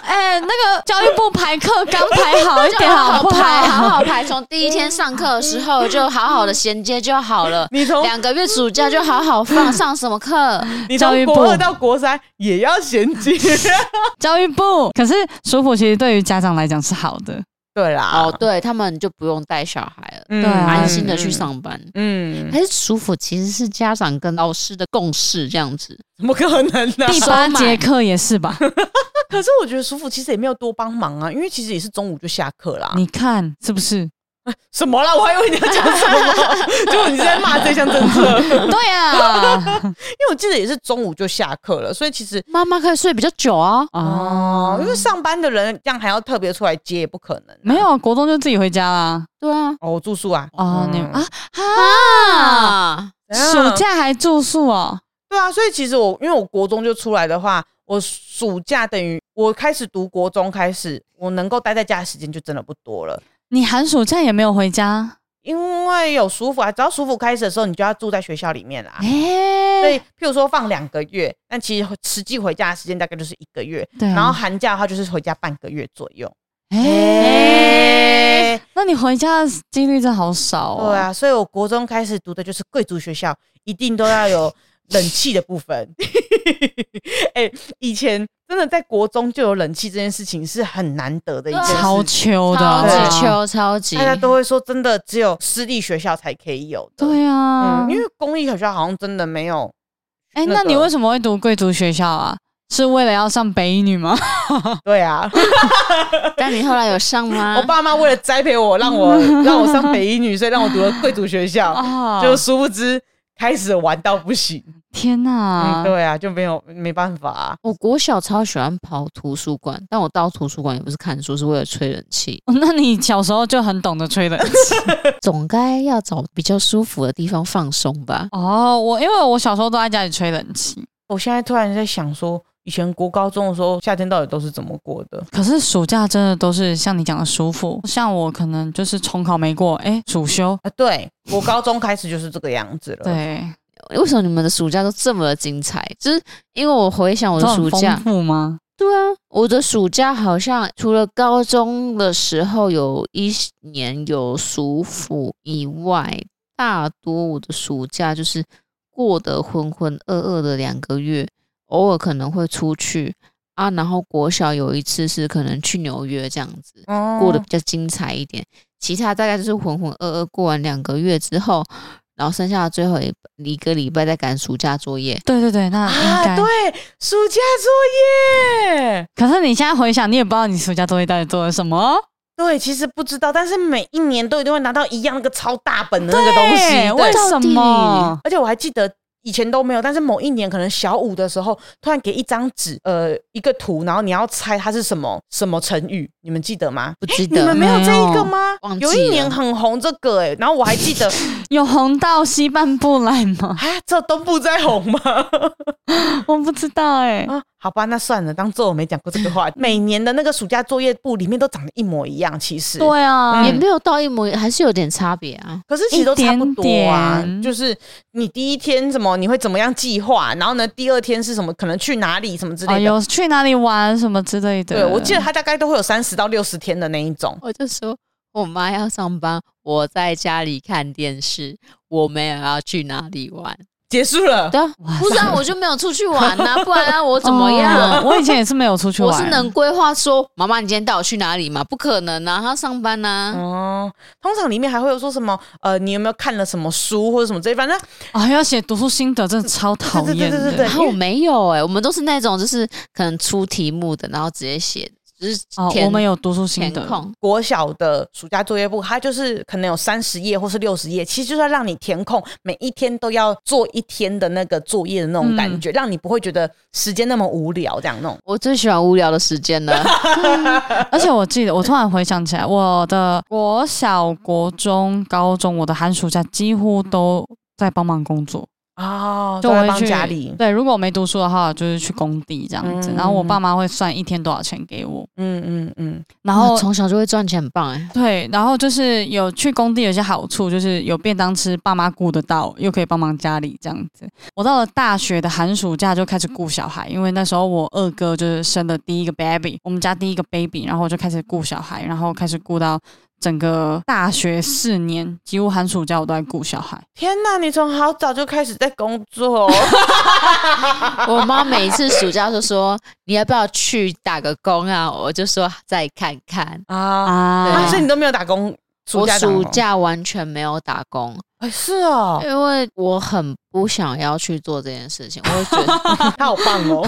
A: 哎、那个教育部排课刚排好一
B: 就
A: 点，
B: 好
A: 不
B: 排，
A: 好？
B: 好好排，从第一天上课的时候就好好的衔接就好 了。
C: 你从
B: 两个月暑假就好好放，上什么课？
C: 你
A: 教
C: 从
A: 育
C: 国
A: 部
C: 二到国三也要衔 接。
A: 教育部。可是舒服其实对于家长来讲是好的，
C: 对啦，
B: 哦，对他们就不用带小孩了，
C: 嗯
A: 对啊
B: 安心的去。上班。
C: 嗯，
A: 哎
C: 嗯
B: 还是舒服，其实是家长跟老师的共识这样子。
C: 怎么可能呢、
A: 第八节课也是吧？
C: 可是我觉得舒服其实也没有多帮忙啊，因为其实也是中午就下课啦。
A: 你看是不是？
C: 什么啦？我还以为你要讲什么， 结果你是在骂这项政 策。因
A: 对啊，
C: 为我记得也是中午就下课了，所以其实
B: 妈妈可以睡比较久啊，
C: 哦
A: 哦，，
C: 因为上班的人这样还要特别出来接也不可能啊、
A: 没有国中就自己回家啦。
B: 对啊，
C: 哦，我住宿啊。
A: 哦，你
C: 嗯
A: 啊啊，
B: 啊，
C: 怎样
A: 暑假还住宿哦。
C: 对啊，所以其实我因为我国中就出来的话，我暑假等于我开始读国中开始，我能够待在家的时间就真的不多了。
A: 你寒暑假也没有回家？
C: 因为有暑伏啊，只要暑伏开始的时候，你就要住在学校里面啦。所以
A: 哎，，
C: 譬如说放两个月，但其实实际回家的时间大概就是一个月。
A: 对啊，
C: 然后寒假的话，就是回家半个月左右。
A: 哎，那你回家的几率真的好少哦。
C: 对啊，所以我国中开始读的就是贵族学校，一定都要有冷气的部分。 哎、以前真的在国中就有冷气这件事情是很难得的一件
B: 对啊
A: 超
C: 事情，
A: 秋的，
B: 超
C: 对啊
B: 级秋，超级
C: 大家都会说真的只有私立学校才可以有的。
A: 对啊
C: 嗯，，因为公立学校好像真的没有。
A: 哎，
C: 那
A: 那你
C: 个
A: 为什么会读贵族学校啊？是为了要上北一女 吗？
C: 对啊，
B: 但你后来有上吗？
C: 我爸妈为了栽培我，让我让我上北一女，所以让我读了贵族学校，
A: 啊，
C: 哦就殊不知开始玩到不行。
A: 天
C: 嗯，
A: 哪！。
C: 对啊，就没有没办法啊、
B: 我国小超喜欢跑图书馆，但我到图书馆也不是看书，是为了吹冷气
A: 那你小时候就很懂得吹冷气
B: 总该要找比较舒服的地方放松吧。
A: 哦。我因为我小时候都在家里吹冷气，
C: 我现在突然在想说，以前国高中的时候，夏天到底都是怎么过的？
A: 可是暑假真的都是像你讲的舒服。像我可能就是重考没过，哎，暑修。
C: 啊，对，国高中开始就是这个样子了。，
A: 对，
B: 为什么你们的暑假都这么的精彩？就是因为我回想我
A: 都
B: 的暑
A: 很丰
B: 假，
A: 富吗？
B: 对啊，我的暑假好像除了高中的时候有一年有暑伏以外，大多我的暑假就是过得浑浑噩噩的两个月，偶尔可能会出去啊，然后国小有一次是可能去纽约这样子，
C: 哦
B: 过得比较精彩一点，其他大概就是浑浑噩噩过完两个月之后，然后剩下的最后一一个礼拜在赶暑假作业，
A: 对对对，那应
C: 啊，
A: 该。
C: 对，暑假作业。
A: 可是你现在回想，你也不知道你暑假作业到底做了什么。
C: 对，其实不知道，但是每一年都一定会拿到一样那个超大本的那个东西。
A: 哎
C: 对
A: 为什么？
C: 而且我还记得以前都没有，但是某一年可能小五的时候，突然给一张纸，呃，一个图，然后你要猜它是什么什么成语，你们记得吗？
B: 不记
C: 你
B: 得
C: 们没有这一
A: 没
C: 个
A: 有
C: 吗
B: 忘？记
C: 有
B: 了
C: 一年很红这个、欸，然后我还记得，
A: 有红到西半部来吗？
C: 啊，这都不在红吗？
A: 我不知道哎、
C: 啊，好吧，那算了，当做我没讲过这个话题。 每年的那个暑假作业簿里面都长得一模一样，其实
A: 对啊，
C: 嗯
B: 也没有到一模一，还是有点差别啊。
C: 可是其实都差不多啊，
A: 一点点
C: 就是你第一天什么你会怎么样计划，然后呢第二天是什么可能去哪里什么之
A: 哦，
C: 类的。
A: 有去哪里玩什么之类的。
C: 哎对，我记得他大概都会有三十到六十天的那一种。
B: 我就说我妈要上班，我在家里看电视，我没有要去哪里玩。
C: 结束了，
B: 对啊，
A: 哇
B: 不是啊，我就没有出去玩呐、不然、啊、我怎么样？
A: 哦我以前也是没有出去玩，
B: 我是能规划说，妈妈，你今天带我去哪里吗？不可能啊，她要上班呐、啊。
C: 哦，通常里面还会有说什么呃，你有没有看了什么书或者什么之类，反正
A: 啊，要写读书心得，真的超讨厌的。
B: 啊
C: 对对对对对
B: 欸然后我没有哎、我们都是那种就是可能出题目的，然后直接写，只是
A: 哦，
B: 填
A: 我们有读书心
C: 嗯
B: 填
A: 得，
B: 空。
C: 国小的暑假作业簿，它就是可能有三十页或是六十页，其实就是要让你填空，每一天都要做一天的那个作业的那种感觉，让你不会觉得时间那么无聊，这样弄。
B: 我最喜欢无聊的时间 了，
A: 而且我记得，我突然回想起来，我的国小、国中、高中，我的寒暑假几乎都在帮忙工作，
C: 哦，
A: 就
C: 都
A: 我
C: 在
A: 会
C: 帮
A: 去
C: 家里，
A: 对，如果我没读书的话，就是去工地这样子，
C: 嗯
A: 然后我爸妈会算一天多少钱给我，
C: 嗯嗯嗯，
A: 然后
B: 哇从小就会赚钱，很棒哎。
A: 对，然后就是有去工地有些好处，就是有便当吃，爸妈顾得到，又可以帮忙家里这样子。我到了大学的寒暑假就开始顾小孩，因为那时候我二哥就是生了第一个 baby，我们家第一个 baby，然后我就开始顾小孩，然后开始顾到整个大学四年，几乎寒暑假我都在顾小孩。
C: 天哪，你从好早就开始在工作，
B: 我妈每一次暑假就说：“你要不要去打个工啊？”我就说：“再看看。
C: 啊
A: 啊
C: 啊，所以你都没有打工，”暑
B: 我
C: 假打工
B: 暑假完全没有打工，
C: 哎是哦，
B: 因为我很不想要去做这件事情。我觉 得，
C: 他好棒哦，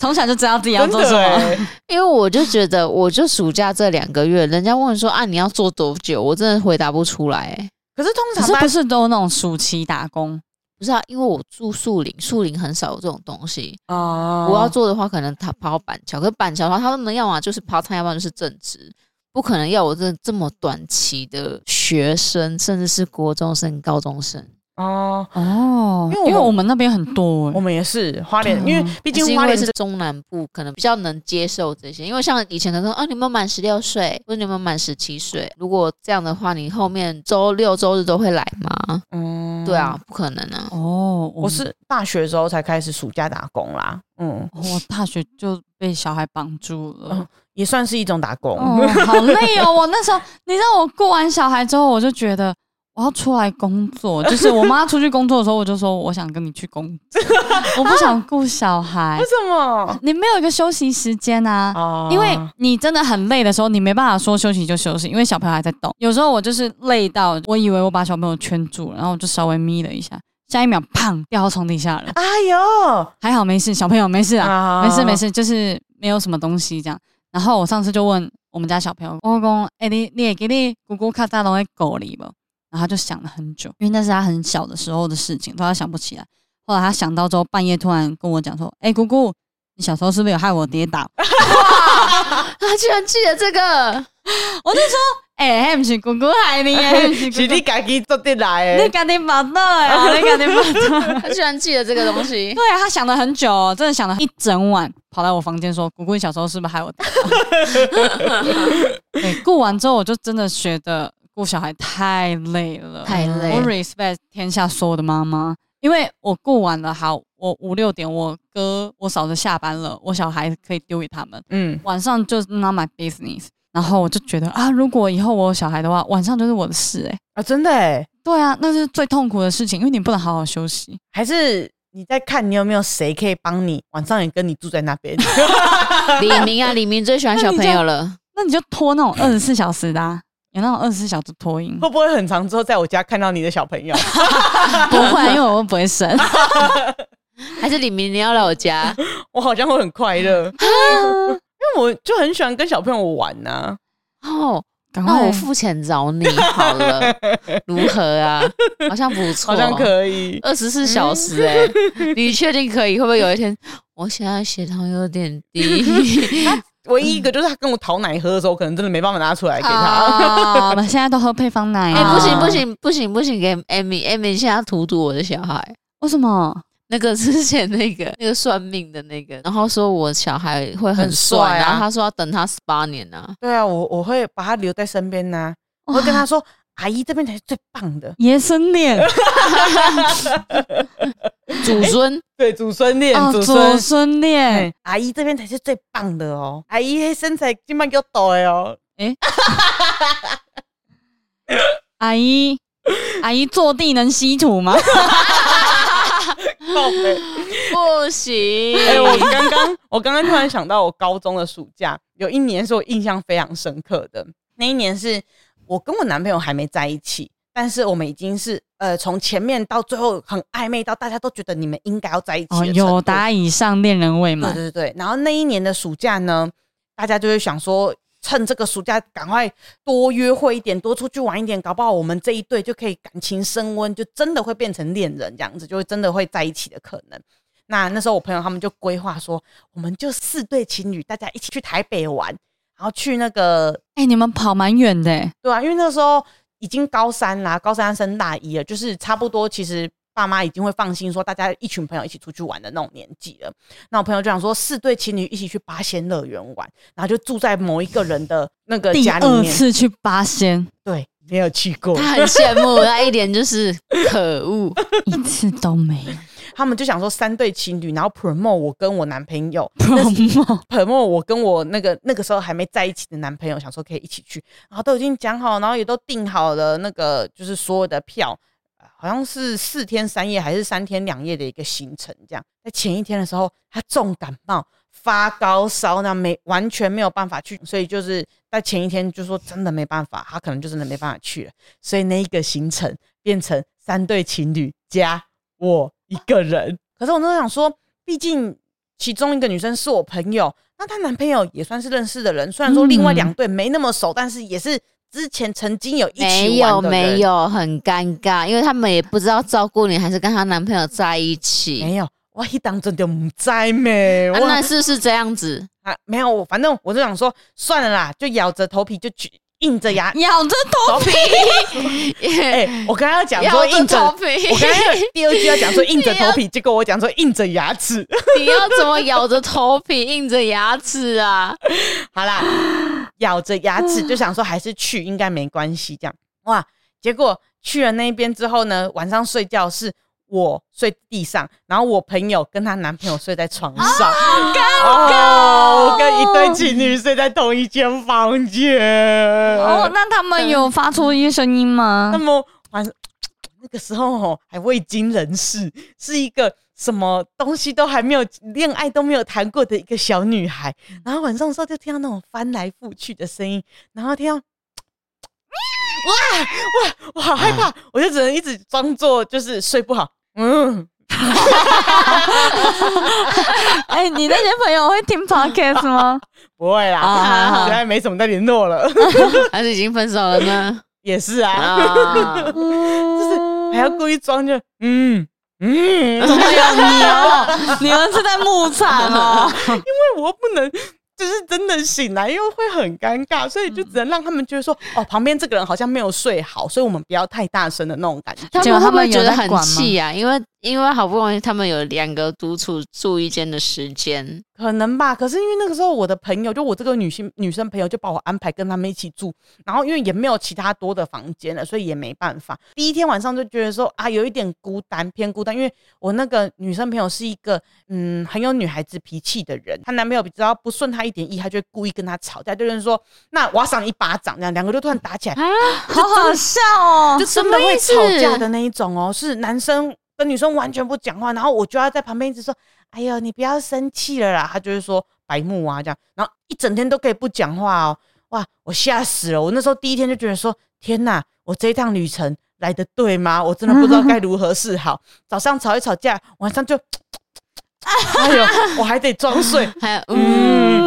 A: 从小就知道自己要
C: 真
A: 做什
C: 的
A: 么。
C: 哎，
B: 因为我就觉得，我就暑假这两个月，人家问说啊，你要做多久？我真的回答不出来、欸。
C: 可是通
A: 可
C: 常
A: 是
C: 大
A: 不
C: 家
A: 是都有那种暑期打工？
B: 不是啊，因为我住树林，树林很少有这种东西。
C: 哦
B: 我要做的话，可能他跑板桥，可是板桥的话，他们要么就是 part time，要么就是正职，不可能要我这这么短期的学生，甚至是国中生、高中生。
C: 哦，
A: 哦因
C: 因为我们
A: 为我们那边很多、
C: 我
A: 欸，
C: 们也是花莲，
A: 嗯
C: 因为毕
B: 是
C: 竟
B: 因
C: 花
B: 为
C: 莲
B: 是中南部，可能比较能接受这些，因为像以前可能说啊，你们满十六岁，或者你们满十七岁，如果这样的话，你后面周六周日都会来吗？
C: 嗯
B: 对啊，不可能啊。
A: 哦，
C: 我
A: 们
C: 是大学的时候才开始暑假打工啦，嗯，
A: 我大学就被小孩绑住了。
C: 哦也算是一种打工。
A: 哦，好累哦！我那时候，你知道，我顾完小孩之后，我就觉得我要出来工作。就是我妈出去工作的时候，我就说我想跟你去工作， 我不想顾小孩
C: 为。什 么？
A: 你没有一个休息时间啊。
C: 哦
A: 因为你真的很累的时候，你没办法说休息就休息，因为小朋友还在动。有时候我就是累到，我以为我把小朋友圈住了，然后我就稍微眯了一下，下一秒砰掉到床底下了。
C: 哎呦，
A: 还好没事，小朋友没事啊，
C: 啊
A: 没事没，事，就是没有什么东西这样。然后我上次就问我们家小朋友，我讲：“哎、你你也给你姑姑看大龙的狗里不？”然后他就想了很久，因为那是他很小的时候的事情，他想不起来。后来他想到之后，半夜突然跟我讲说：“哎、姑姑，你小时候是不是有害我跌倒
B: 他居然记得这个，？”
A: 哎、欸，不是姑姑害 你的， 不是
C: 是
A: 姑
C: 你
A: 姑，
C: 自己做的来
A: 你
C: 的。
A: 赶紧把到哎，你赶紧把到。
B: 他居然记得这个东 西。
A: 对啊，他想了很久、真的想了一整晚，跑来我房间说：“姑姑，你小时候是不是害我打 的？”对，顾完之后，我就真的觉得顾小孩太累了，
B: 太累
A: 我
B: 了
A: respect 天下所有的妈妈，因为我顾完了，好，我五六点我哥我嫂子下班了，我小孩可以丢给他们，
C: 嗯，
A: 晚上就是 not my business。然后我就觉得啊，如果以后我有小孩的话，晚上就是我的事、欸，哎，
C: 啊，真的哎，
A: 对啊，那是最痛苦的事情，因为你不能好好休息。
C: 还是你在看你有没有谁可以帮你，晚上也跟你住在那 边。
B: 李明啊，李明最喜欢小朋友了。
A: 那你就拖那种二十四小时的、 啊，有那种二十四小时拖音，
C: 会不会很长之后在我家看到你的 小朋友？
A: 不会，啊因为我不会 生。
B: 还是李明你要来我家？
C: 我好像会很快 乐，
A: 啊
C: 因为我就很喜欢跟小朋友玩呐、
B: 哦，
A: 赶
B: 那
A: 快
B: 我，付钱找你好了，如何啊？好像不错，
C: 好
A: 哦
C: 像可以。
B: 二十四小时哎、你确定可以？会不会有一天，我现在血糖有点低？
A: 呃
C: 唯一一个就是他跟我讨奶喝的时候，可能真的没办法拿出来给他。
A: 啊，我 们现在都喝配方奶、
B: 哎、
A: 啊
B: 不行不，行不行不行，给 Amy，Amy 现在荼毒我的小孩。
A: 为什么？
B: 那个之前那个 那个算命的那个，然后说我小孩会很
C: 很
B: 帅，
C: 帅啊
B: 然后他说要等他十八年啊。
C: 对啊，我我会把他留在身边呐、我会跟他说：“阿姨这边才是最棒的。
A: 爷孙恋，
B: 祖孙、”
C: 对，祖孙恋，
A: 哦，
C: 祖
A: 祖
C: 孙。
A: 孙恋
C: 哎，，阿姨这边才是最棒的哦！阿姨黑身材今麦给我抖的哦！
A: 阿 姨，阿姨坐地能吸土吗？
C: 靠北
B: 不行，
C: 哎、我刚 刚我刚刚突然想到，我高中的暑假有一年是我印象非常深刻的。那一年是我跟我男朋友还没在一起，但是我们已经是呃从前面到最后很暧昧，到大家都觉得你们应该要在一起的
A: 哦，
C: 程度
A: 有达以上恋人未
C: 对
A: 满，
C: 对对。对然后那一年的暑假呢，大家就会想说，趁这个暑假赶快多约会一点，多出去玩一点，搞不好我们这一对就可以感情升温，就真的会变成恋人这样子，就会真的会在一起的可能。那那时候我朋友他们就规划说，我们就四对情侣，大家一起去台北玩，然后去那个
A: 哎、你们跑蛮远的、欸，
C: 对啊，因为那时候已经高三啦，高三升大一了，就是差不多，其实爸妈已经会放心说大家一群朋友一起出去玩的那种年纪了。那我朋友就想说，四对情侣一起去八仙乐园玩，然后就住在某一个人的那个
A: 第
C: 家里
A: 二
C: 面。
A: 次去八 仙，
C: 对，没有去 过。
B: 他很羡慕，他一脸就是可恶。
A: 一次都 没有。
C: 他们就想说三对情侣，然后 promote 我跟我男朋友
A: promo
C: ，promote 我跟我那个那个时候还没在一起的男朋友，想说可以一起去，然后都已经讲好，然后也都订好了那个就是所有的票，呃好像是四天三夜还是三天两夜的一个行程，这样。在前一天的时候，他重感冒。发高烧，那没完全没有办法去，所以就是在前一天就说真的没办法，他可能就真的没办法去了，所以那一个行程变成三对情侣加我一个人。可是我那时候想说，毕竟其中一个女生是我朋友，那她男朋友也算是认识的人，虽然说另外
A: 嗯
C: 两对没那么熟，但是也是之前曾经有一
B: 没
C: 起
B: 有
C: 玩的人
B: 没有，很尴尬，因为他们也不知道照顾你还是跟她男朋友在一起。
C: 没有，我一当真就唔知咩，
B: 啊、
C: 我
B: 那是不是这样子？
C: 啊没有，我反正我就想说算了啦，就咬着头皮就去。硬着 牙
A: 咬着头皮，
C: 哎、我刚刚要讲说硬着，
B: 头
C: 我
B: 皮，
C: 刚刚有第二句要讲说硬着头皮，结果我讲说硬着牙齿。
B: 你要怎么咬着头皮、硬着牙齿啊？
C: 好啦，咬着牙齿就想说还是去，应该没关系这样。哇，结果去了那边之后呢，晚上睡觉是。我睡地上，然后我朋友跟她男朋友睡在床上，哦，跟一对情侣睡在同一间房间。
A: 哦，那他们有发出一些声音吗
C: 那？么晚那个时候哦，还未经人事，是一个什么东西都还没有恋爱都没有谈过的一个小女孩。
B: 嗯
C: 然后晚上的时候就听到那种翻来覆去的声音，然后听到。哇哇！我好害怕，我就只能一直装作就是睡不好。嗯，
A: 哎、你那些朋友会 听 podcast 吗？
C: 不会啦，
B: 啊
C: 现，在没什么在联络了。
B: 还是已经分手了呢？
C: 也是啊，
B: 啊，
A: 就是
C: 还要故意装就嗯嗯，因
A: 你哦，你们是在牧场 哦。
C: 为我不能就是真的醒来，因为会很尴尬，所以就只能让他们觉得说，哦，旁边这个人好像没有睡好，所以我们不要太大声的那种感觉。
B: 他
A: 结果
B: 们会
A: 他
B: 不
A: 们
B: 会觉
A: 有
B: 得
A: 在
B: 很
A: 管吗
B: 气啊？因为因为好不容易他们有两个独处住一间的时间，
C: 可能吧，可是因为那个时候我的朋友，就我这个女性女生朋友，就把我安排跟他们一起住，然后因为也没有其他多的房间了，所以也没办法。第一天晚上就觉得说啊，有一点孤单，偏孤单，因为我那个女生朋友是一个嗯很有女孩子脾气的人，她男朋友只要不顺她一点意，她就会故意跟她吵架，就是说那我要赏你一巴掌，这样两个就突然打起来，
A: 好好笑哦
C: 就！真的
B: 什么
C: 会
B: 意思
C: 吵架的那一种哦，是男生跟女生完全不讲话，然后我就要在旁边一直说：“哎呦，你不要生气了啦。”他就会说白目啊这样，然后一整天都可以不讲话哦，哇，我吓死了！我那时候第一天就觉得说：“天哪，我这一趟旅程来的对吗？我真的不知道该如何是好。 早上吵一吵架，晚上就，哎呦，我还得 装睡。
B: 还有 嗯，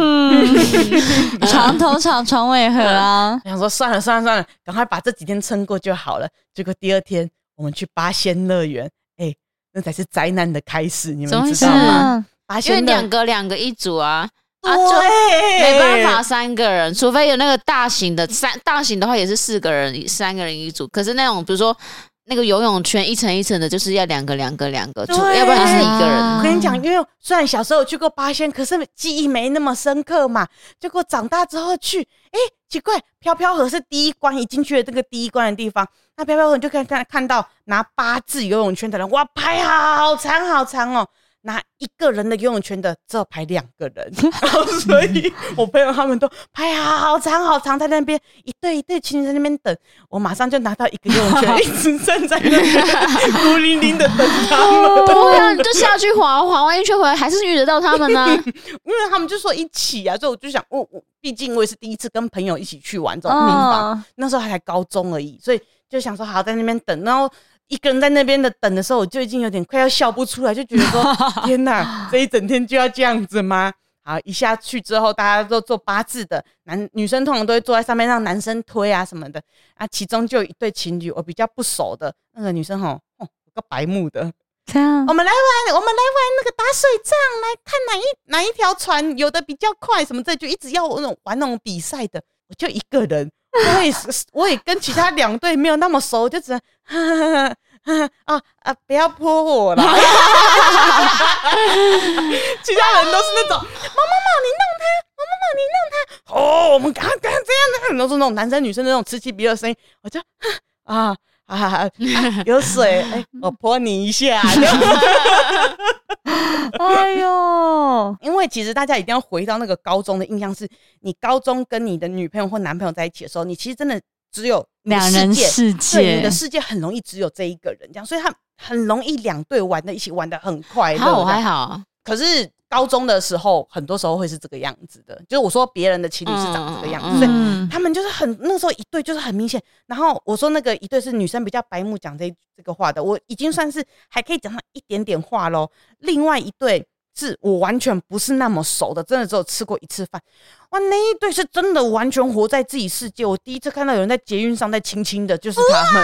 A: 嗯，床头吵，床尾和啊。
C: 我想说算了算了算了，赶快把这几天撑过就好了。结果第二天我们去八仙乐园，哎、那才是灾难的开始，你
B: 怎么
C: 们
B: 回
C: 知
B: 事
C: 道吗？
A: 嗯，
C: 八
B: 因为
C: 仙乐
B: 两个两个一组啊，啊就
C: 对，
B: 没办法，三个人，除非有那个大型的三大型的话也是四个人三个人一组，可是那种比如说那个游泳圈一层一层的，就是要两个两个两个组，
C: 对
B: 要不然就是一个
A: 哎
B: 人。
A: 啊
C: 我跟你讲，因为虽然小时候有去过八仙，可是记忆没那么深刻嘛。结果长大之后去，哎、奇怪，飘飘河是第一关，已经去了这个第一关的地方。那飘飘河你就看看看到拿八字游泳圈的人，哇，排好长好长哦。拿一个人的游泳圈的只有排两个人， 然后所以我朋友他们都排好长好长在那边一对一对情侣在那边等，我马上就拿到一个游泳圈，一直站在那边孤零零的等他们。
B: 不会啊，你就下去滑滑完一圈回来，还是遇得到他 们呢、
C: 因为他们就说一起啊，所以我就想，我我毕竟我也是第一次跟朋友一起去玩这
A: 嗯
C: 种地方，
A: 哦
C: 那时候还才高中而已，所以就想说好在那边等，然后一个人在那边的等的时候，我就已经有点快要笑不出来，就觉得说天哪，这一整天就要这样子吗？好，一下去之后，大家都做八字的，男女生通常都会坐在上面让男生推啊什么的。啊，其中就有一对情侣，我比较不熟的那个女生吼，哦，有个白目的，
A: 这样
C: 我们来玩，我们来玩那个打水仗，来看哪一哪一条船游的比较快，什么这就一直要我那种玩那种比赛的，我就一个人，我也是，我也跟其他两队没有那么熟，就只能 啊啊，不要泼我啦！ 其他人都是那种毛毛毛，你弄他，毛毛毛，你弄他，哦，我们刚刚这样的，都是那种男生女生的那种此起彼落的声音，我就 啊。啊啊！有水，哎、我泼你一下。 这样
A: 哎呦，
C: 因为其实大家一定要回到那个高中的印象是，你高中跟你的女朋友或男朋友在一起的时候，你其实真的只有你的
A: 两人
C: 世界
A: 世
C: 对，
A: 界
C: 你的，世界很容易只有这一个人这样，所以他很容易两队玩的一起玩的很快乐。
B: 还啊好我
C: 这样
B: 还 好，
C: 可是高中的时候，很多时候会是这个样子的，就是我说别人的情侣是长这个样子，
B: 嗯
C: 所以
A: 嗯，
C: 他们就是很那个时候一对就是很明显。然后我说那个一对是女生比较白目讲这这个话的，我已经算是还可以讲上一点点话喽。另外一对是我完全不是那么熟的，真的只有吃过一次饭。哇，那一对是真的完全活在自己世界。我第一次看到有人在捷运上在亲亲的，就是他们，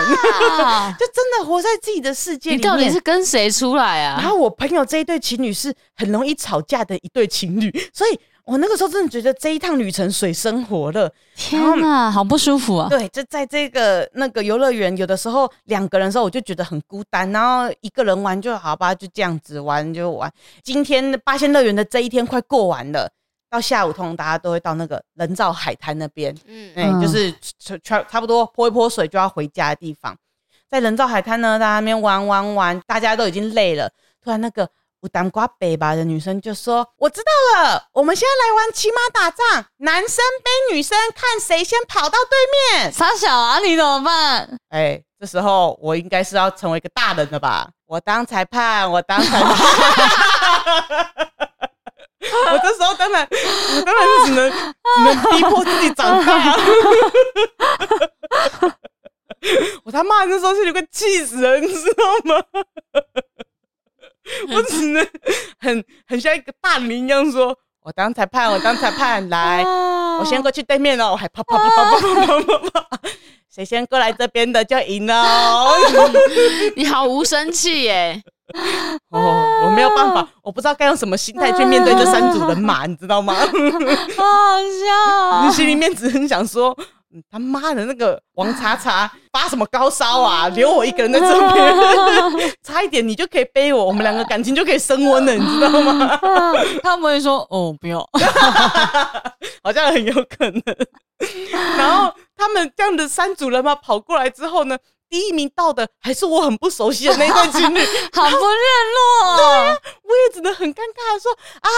B: 啊
C: 就真的活在自己的世界里
B: 你
C: 面。
B: 到底是跟谁出来
C: 然
B: 啊？
C: 后我朋友这一对情侣是很容易吵架的一对情侣，所以我那个时候真的觉得这一趟旅程水深火热。
A: 天哪，好不舒服啊！
C: 对，就在这个那个游乐园，有的时候两个人的时候，我就觉得很孤单，然后一个人玩就好吧，就这样子玩就玩。今天八仙乐园的这一天快过完了，到下午通常大家都会到那个人造海滩那边，
B: 嗯，
C: 哎、
A: 嗯
C: 就是差差差不多泼一泼水就要回家的地方。在人造海滩呢，在那边玩玩玩，大家都已经累了。突然，那个有南瓜北吧的女生就说：“我知道了，我们现在来玩骑马打仗，男生背女生，看谁先跑到对面。
A: 傻小啊，你怎么办？”
C: 哎，这时候我应该是要成为一个大人了吧？我当裁判，我当裁判。 我这时候当然，我当然只能只能逼迫自己长大。啊 我他妈那时候是有个气死人，你知道吗？我只能很很像一个大人一样说：“我当裁判，我当裁判，来，我
A: 我
C: 先过去对面了，我还啪啪啪啪啪啪啪啪啪，谁先过来这边的就赢了哦。
B: 你好无生气耶！
C: 哦，我没有办法，我不知道该用什么心态去面对这三组人马，你知道吗？
A: 啊好好笑
C: 你
A: 哦，
C: 心里面只很想说，嗯他妈的那个王查查发什么高烧啊，留我一个人在这 边，差一点你就可以背我，我们两个感情就可以升温了，你知 道吗？
A: 他们会说哦，不要，
C: 好像很有可能。然后他们这样的三组人马跑过来之后呢，第一名到的还是我很不熟悉的那一对情侣，
A: 好不认路哦。
C: 我也只能很尴尬的说啊，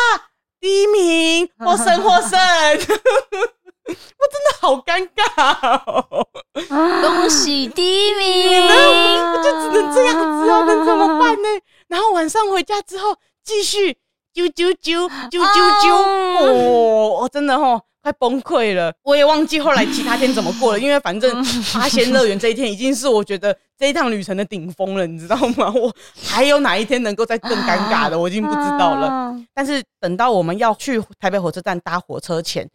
C: 第一名，获胜获胜。 我真的好尴尬、哦，
B: 恭喜啊第一名，
C: 我就只能这样子啊，能怎么办呢？然后晚上回家之后继续啾啾啾啾啾啾，哦，我真的哦，快崩溃了。我也忘记后来其他天怎么过了，因为反正八仙乐园这一天已经是我觉得这一趟旅程的顶峰了，你知道吗？我还有哪一天能够再更尴尬的，我已经不知道了。
A: 了。
C: 但是等到我们要去台北火车站搭火车前，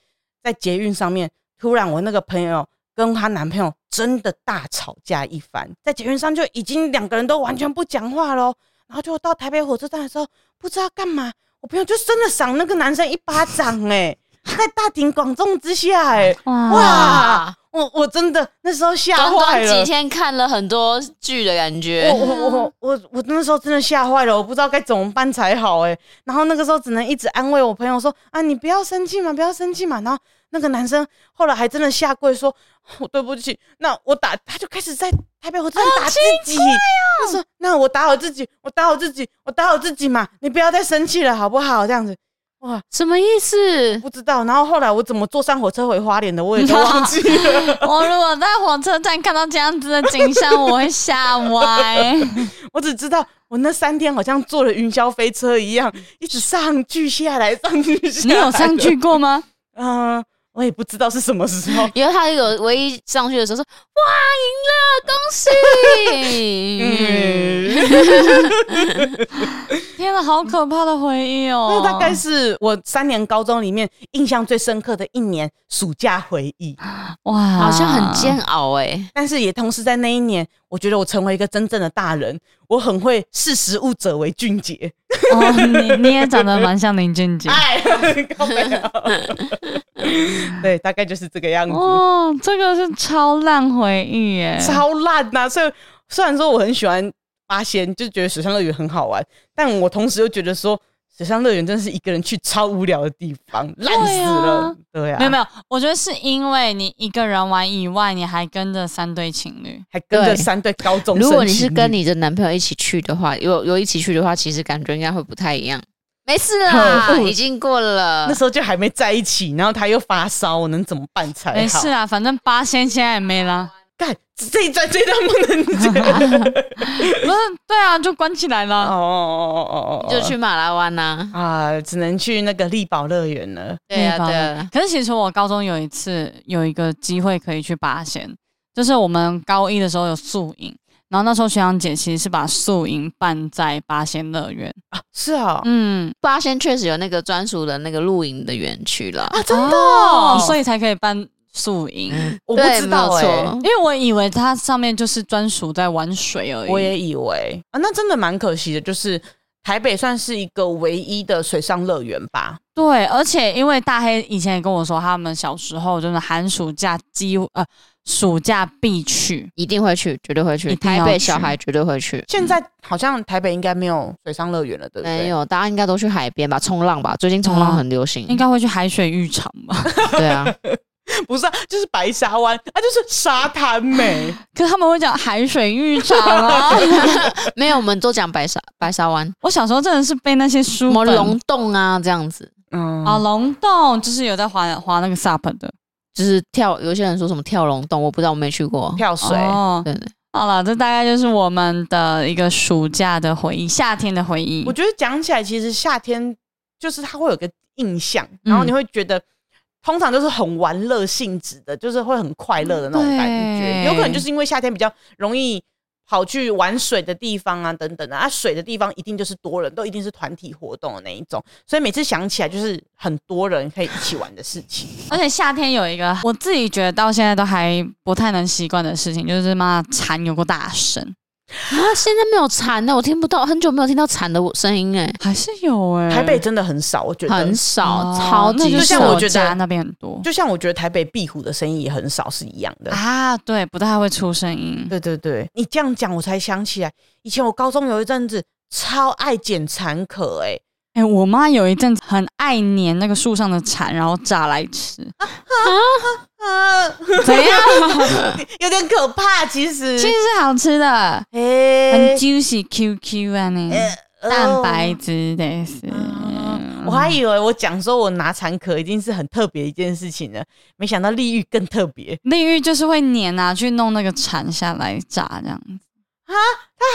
C: 在捷运上面，突然我那个朋友跟她男朋友真的大吵架一番，在捷运上就已经两个人都完全不讲话喽。然后就到台北火车站的时候，不知道干嘛，我朋友就真的赏那个男生一巴掌、欸，哎，在大庭广众之下、欸，哎，
A: 哇，
C: 哇，我我真的那时候吓哎
B: 短
C: 坏
B: 短
C: 了
B: 啊几。天看了很多剧的感
C: 我
B: 觉，
C: 我我我我那时候真的吓坏了，我不知道该怎么办才好哎、然后那个时候只能一直安慰我朋友说啊，你不要生气嘛，不要生气嘛。然后那个男生后来还真的下跪说， 我对不起，那我打他就开始在台北火车站打自己。他说那我打我自己，我打我自己，我打我自己嘛，你不要再生气了好不好？这样子。哇，
B: 什么意思？。
C: 不知道。然后后来我怎么坐上火车回花莲的，我也都忘记了。
A: 我如果在火车站看到这样子的景象，我会吓歪。
C: 我只知道我那三天好像坐了云霄飞车一样，一直上去下来，上去下
A: 你
C: 来。
A: 有上？去过吗？
C: 嗯、我也不知道是什么时候
B: 因为他有唯一上去的时候 说：“嗯哇，赢了，恭喜！”
C: 嗯，
A: 天哪，好可怕的回忆哦！
C: 那大概是我三年高中里面印象最深刻的一年暑假回忆，
A: 哇，
B: 好像很煎熬哎、
C: 但是也同时在那一年，我觉得我成为一个真正的大人，我很会视食物者为俊杰。
A: 哦，你你也长得蛮像林俊杰。
C: 哎，靠北哦对，大概就是这个样子，
A: 哦，这个是超烂回忆耶！
C: 超烂呐、所以虽然说我很喜欢八仙，就觉得水上乐园很好玩，但我同时又觉得说。水上乐园真是一个人去超无聊的地方，烂死了。对啊，
A: 没有没有，我觉得是因为你一个人玩以外，你还跟着三对情侣。
C: 还跟着
B: 对
C: 三对高中生情侣。
B: 如果你是跟你的男朋友一起去的话，有有一起去的话，其实感觉应该会不太一样。没事 啦，
C: 嗯
B: 已经过了
C: 那。时候就还没在一起，然后他又发烧，我能怎么办才好？
A: 没事啊，反正八仙现在也没啦。
C: 干这一段这一段不能 讲。
A: 不是，对啊，就关起来
C: 哦
A: 了。
C: 哦哦哦哦，
B: 就去马拉湾
A: 哦
B: 呐、
C: 啊，只能去那个力宝乐园了。
B: 对呀、
A: 吧
B: 哦对啊呀、
A: 啊可是其实我高中有一次有一个机会可以去八仙，就是我们高一的时候有宿营，然后那时候学长姐其实是把宿营办在八仙乐园。
C: 是啊、
A: 嗯，
B: 八仙确实有那个专属的那个露营的园 区了。
C: 啊，真的哦、
A: 哦，所以才可以办宿营。
C: 我不
B: 对
C: 知道
B: 没
C: 哎、
B: 有
A: 因为我以为它上面就是专属在玩水而已。
C: 我也以为啊，那真的蛮可惜的，就是。台北算是一个唯一的水上乐园吧，
A: 对，而且因为大黑以前也跟我说，他们小时候就是寒暑假几乎呃暑假必去。
B: 一定会去，绝对会
A: 一
B: 去。
A: 定要
B: 台北
A: 去
B: 小孩绝对会去。
C: 现在好像台北应该没有水上乐园了，对不对？
B: 没有，大家应该都去海边吧，冲浪吧。最近冲浪很流行，
A: 啊应该会去海水浴场吧？
B: 对啊。
C: 不是、啊，就是白沙湾，它、就是沙滩 欸美。
A: 可是他们会讲海水浴场 啊！
B: 没有，我们都讲白沙白沙湾，
A: 我小时候真的是被那些书
B: 什么
A: 本
B: 龙洞啊这样子，
C: 嗯
B: 哦
A: 啊龙洞，就是有在滑滑那个 SUP 的
B: 就是跳。有些人说什么跳龙洞，我不知道，我没去过。
C: 跳水，
A: 哦
B: 对对，
A: 好了，这大概就是我们的一个暑假的回忆，夏天的回忆
C: 我。觉得讲起来，其实夏天就是它会有个印象，然后你会觉得，通常都是很玩乐性质的，就是会很快乐的那种感觉。
A: 对
C: 有可能就是因为夏天比较容易跑去玩水的地方啊，等等的啊，水的地方一定就是多人，都一定是团体活动的那一种，所以每次想起来就是很多人可以一起玩的事情。
A: 而且夏天有一个我自己觉得到现在都还不太能习惯的事情，就是妈蝉有个大声。
B: 啊，现在没有蝉的，我听不到，很久没有听到蝉的声音哎、
A: 还是有哎、
C: 台北真的很少，我觉得
B: 很。少，
A: 哦
B: 超
A: 那
B: 级
A: 就
C: 就像
B: 少。
A: 是
C: 我
A: 我
C: 觉得
A: 家那边很多
C: 就像我觉得台北壁虎的声音也很少是一样的。
A: 啊，对，不太会出声音。
C: 对对对，你这样讲我才想起来，以前我高中有一阵子超爱捡蚕壳、欸，
A: 哎、我妈有一阵子很爱粘那个树上的蝉，然后炸来 吃，
C: 啊，
A: 怎 样？
C: 有点可怕，其实，
A: 其实是好吃的，
C: 哎
A: 很 juicy QQ 啊呢，蛋白质的是。
C: 呃哦我还以为我讲说我拿蚕壳已经是很特别一件事情了，没想到利玉更特别。
A: 内玉就是会粘啊，去弄那个蝉下来炸这样子。
C: 他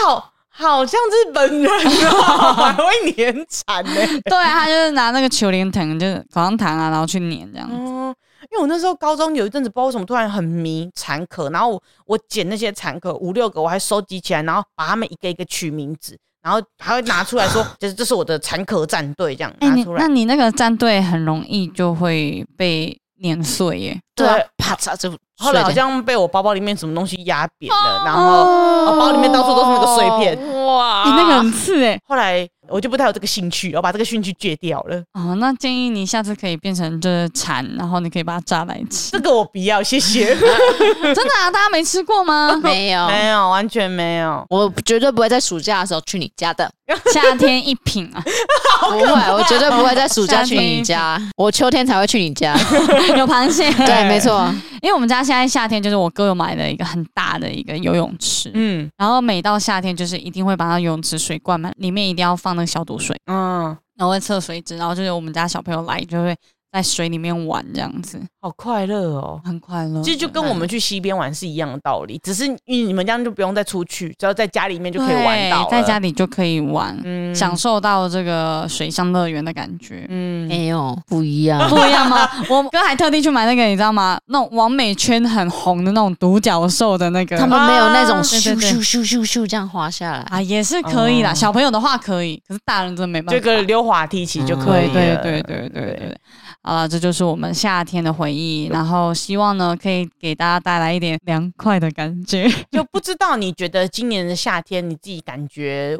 C: 好好像日本人 哦，还会粘蚕欸呢。
A: 对，她就是拿那个球莲藤，就是口香糖啊，然后去粘这样子。
C: 嗯，因为我那时候高中有一阵子，不知道为什么突然很迷蚕壳，然后我我捡那些蚕壳五六个，我还收集起来，然后把它们一个一个取名字，然后还会拿出来 说，就是这是我的蚕壳战队这样
A: 哎、
C: 拿
A: 你
C: 出来。
A: 那你那个战队很容易就会被碾碎耶。
B: 对啊
C: 对，
B: 啪嚓就
C: 后来好像被我包包里面什么东西压扁了，然后
A: 哦
C: 我包里面到处都是那个碎片。
B: 哇？
C: 啊
A: 你、那个很刺哎、
C: 后来我就不太有这个兴趣，我把这个兴趣戒掉了。
A: 哦，那建议你下次可以变成就是蝉，然后你可以把它炸来吃
C: 这。个我不要，谢谢。
A: 真的啊，大家没吃过吗
B: 没
A: 哦
B: 有，
C: 没有，完全没有。
B: 我绝对不会在暑假的时候去你家的，
A: 夏天一品啊，
B: 不会，我绝对不会在暑假去
A: 夏天
B: 你家，我秋天才会去你家。
A: 有螃 蟹。
B: 对，没错，
A: 因为我们家现在夏天就是我哥有买了一个很大的一个游泳池，
C: 嗯
A: 然后每到夏天就是一定会把它游泳池水灌满，里面一定要放那个消毒水，
C: 嗯，
A: 然后会测水质，然后就是我们家小朋友来就会。在水里面玩这样子，
C: 好快乐哦。
A: 很快乐。
C: 其实就跟我们去溪边玩是一样的道理，只是你你们这样就不用再出去，只要在家里面就可以玩到了
A: 对在家里就可以玩，
C: 嗯
A: 享受到这个水上乐园的感觉。
C: 嗯
B: 没有不一样，
A: 不一样 吗？我哥还特地去买那个，你知道吗？那种完美圈很红的那种独角兽的那个，
B: 他们没有那种
C: 啊
B: 咻
A: 对对
B: 咻
A: 对
B: 咻咻咻这样滑下来。
A: 啊也是可以啦。
C: 哦
A: 小朋友的话可以，可是大人真的没办
C: 这
A: 法。
C: 个溜滑梯其实就可以
A: 对对
C: 了
A: 对对对对对，啊、这就是我们夏天的回忆。然后希望呢，可以给大家带来一点凉快的感觉。
C: 就不知道你觉得今年的夏天你自己感觉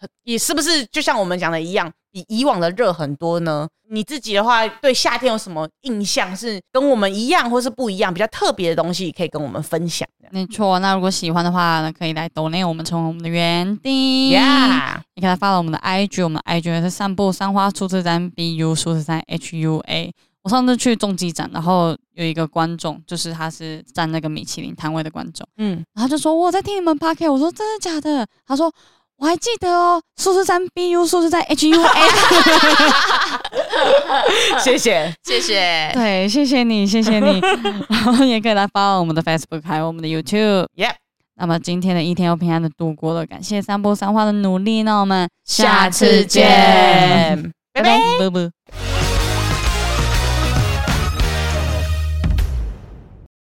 C: 呃也是不是就像我们讲的一样，比以往的热很多呢？你自己的话，对夏天有什么印象是跟我们一样，或是不一样，比较特别的东西，可以跟我们分享的。
A: 没错，那如果喜欢的话呢，可以来 d 内我们成为我们的园丁。
C: Yeah，
A: 你可以来发了我们的 IG，我们的 IG 是散步三花数字三 BU 数字三 HUA。我上次去中极展，然后有一个观众，就是他是站那个米其林摊位的观众，
C: 嗯，
A: 然后他就说我在听你们 p a k 我说真的假的？他说我还记得哦，数字三 BU 数字三 HUA。
C: 谢谢。
B: 谢谢，
A: 对，谢谢你，谢谢你，然后也可以来发我们的 Facebook，还有我们的 YouTube。
C: Yeah，
A: 那么今天的一天又平安的度过了，感谢三步三花的努力，那我们
B: 下次见
A: 拜拜，拜拜。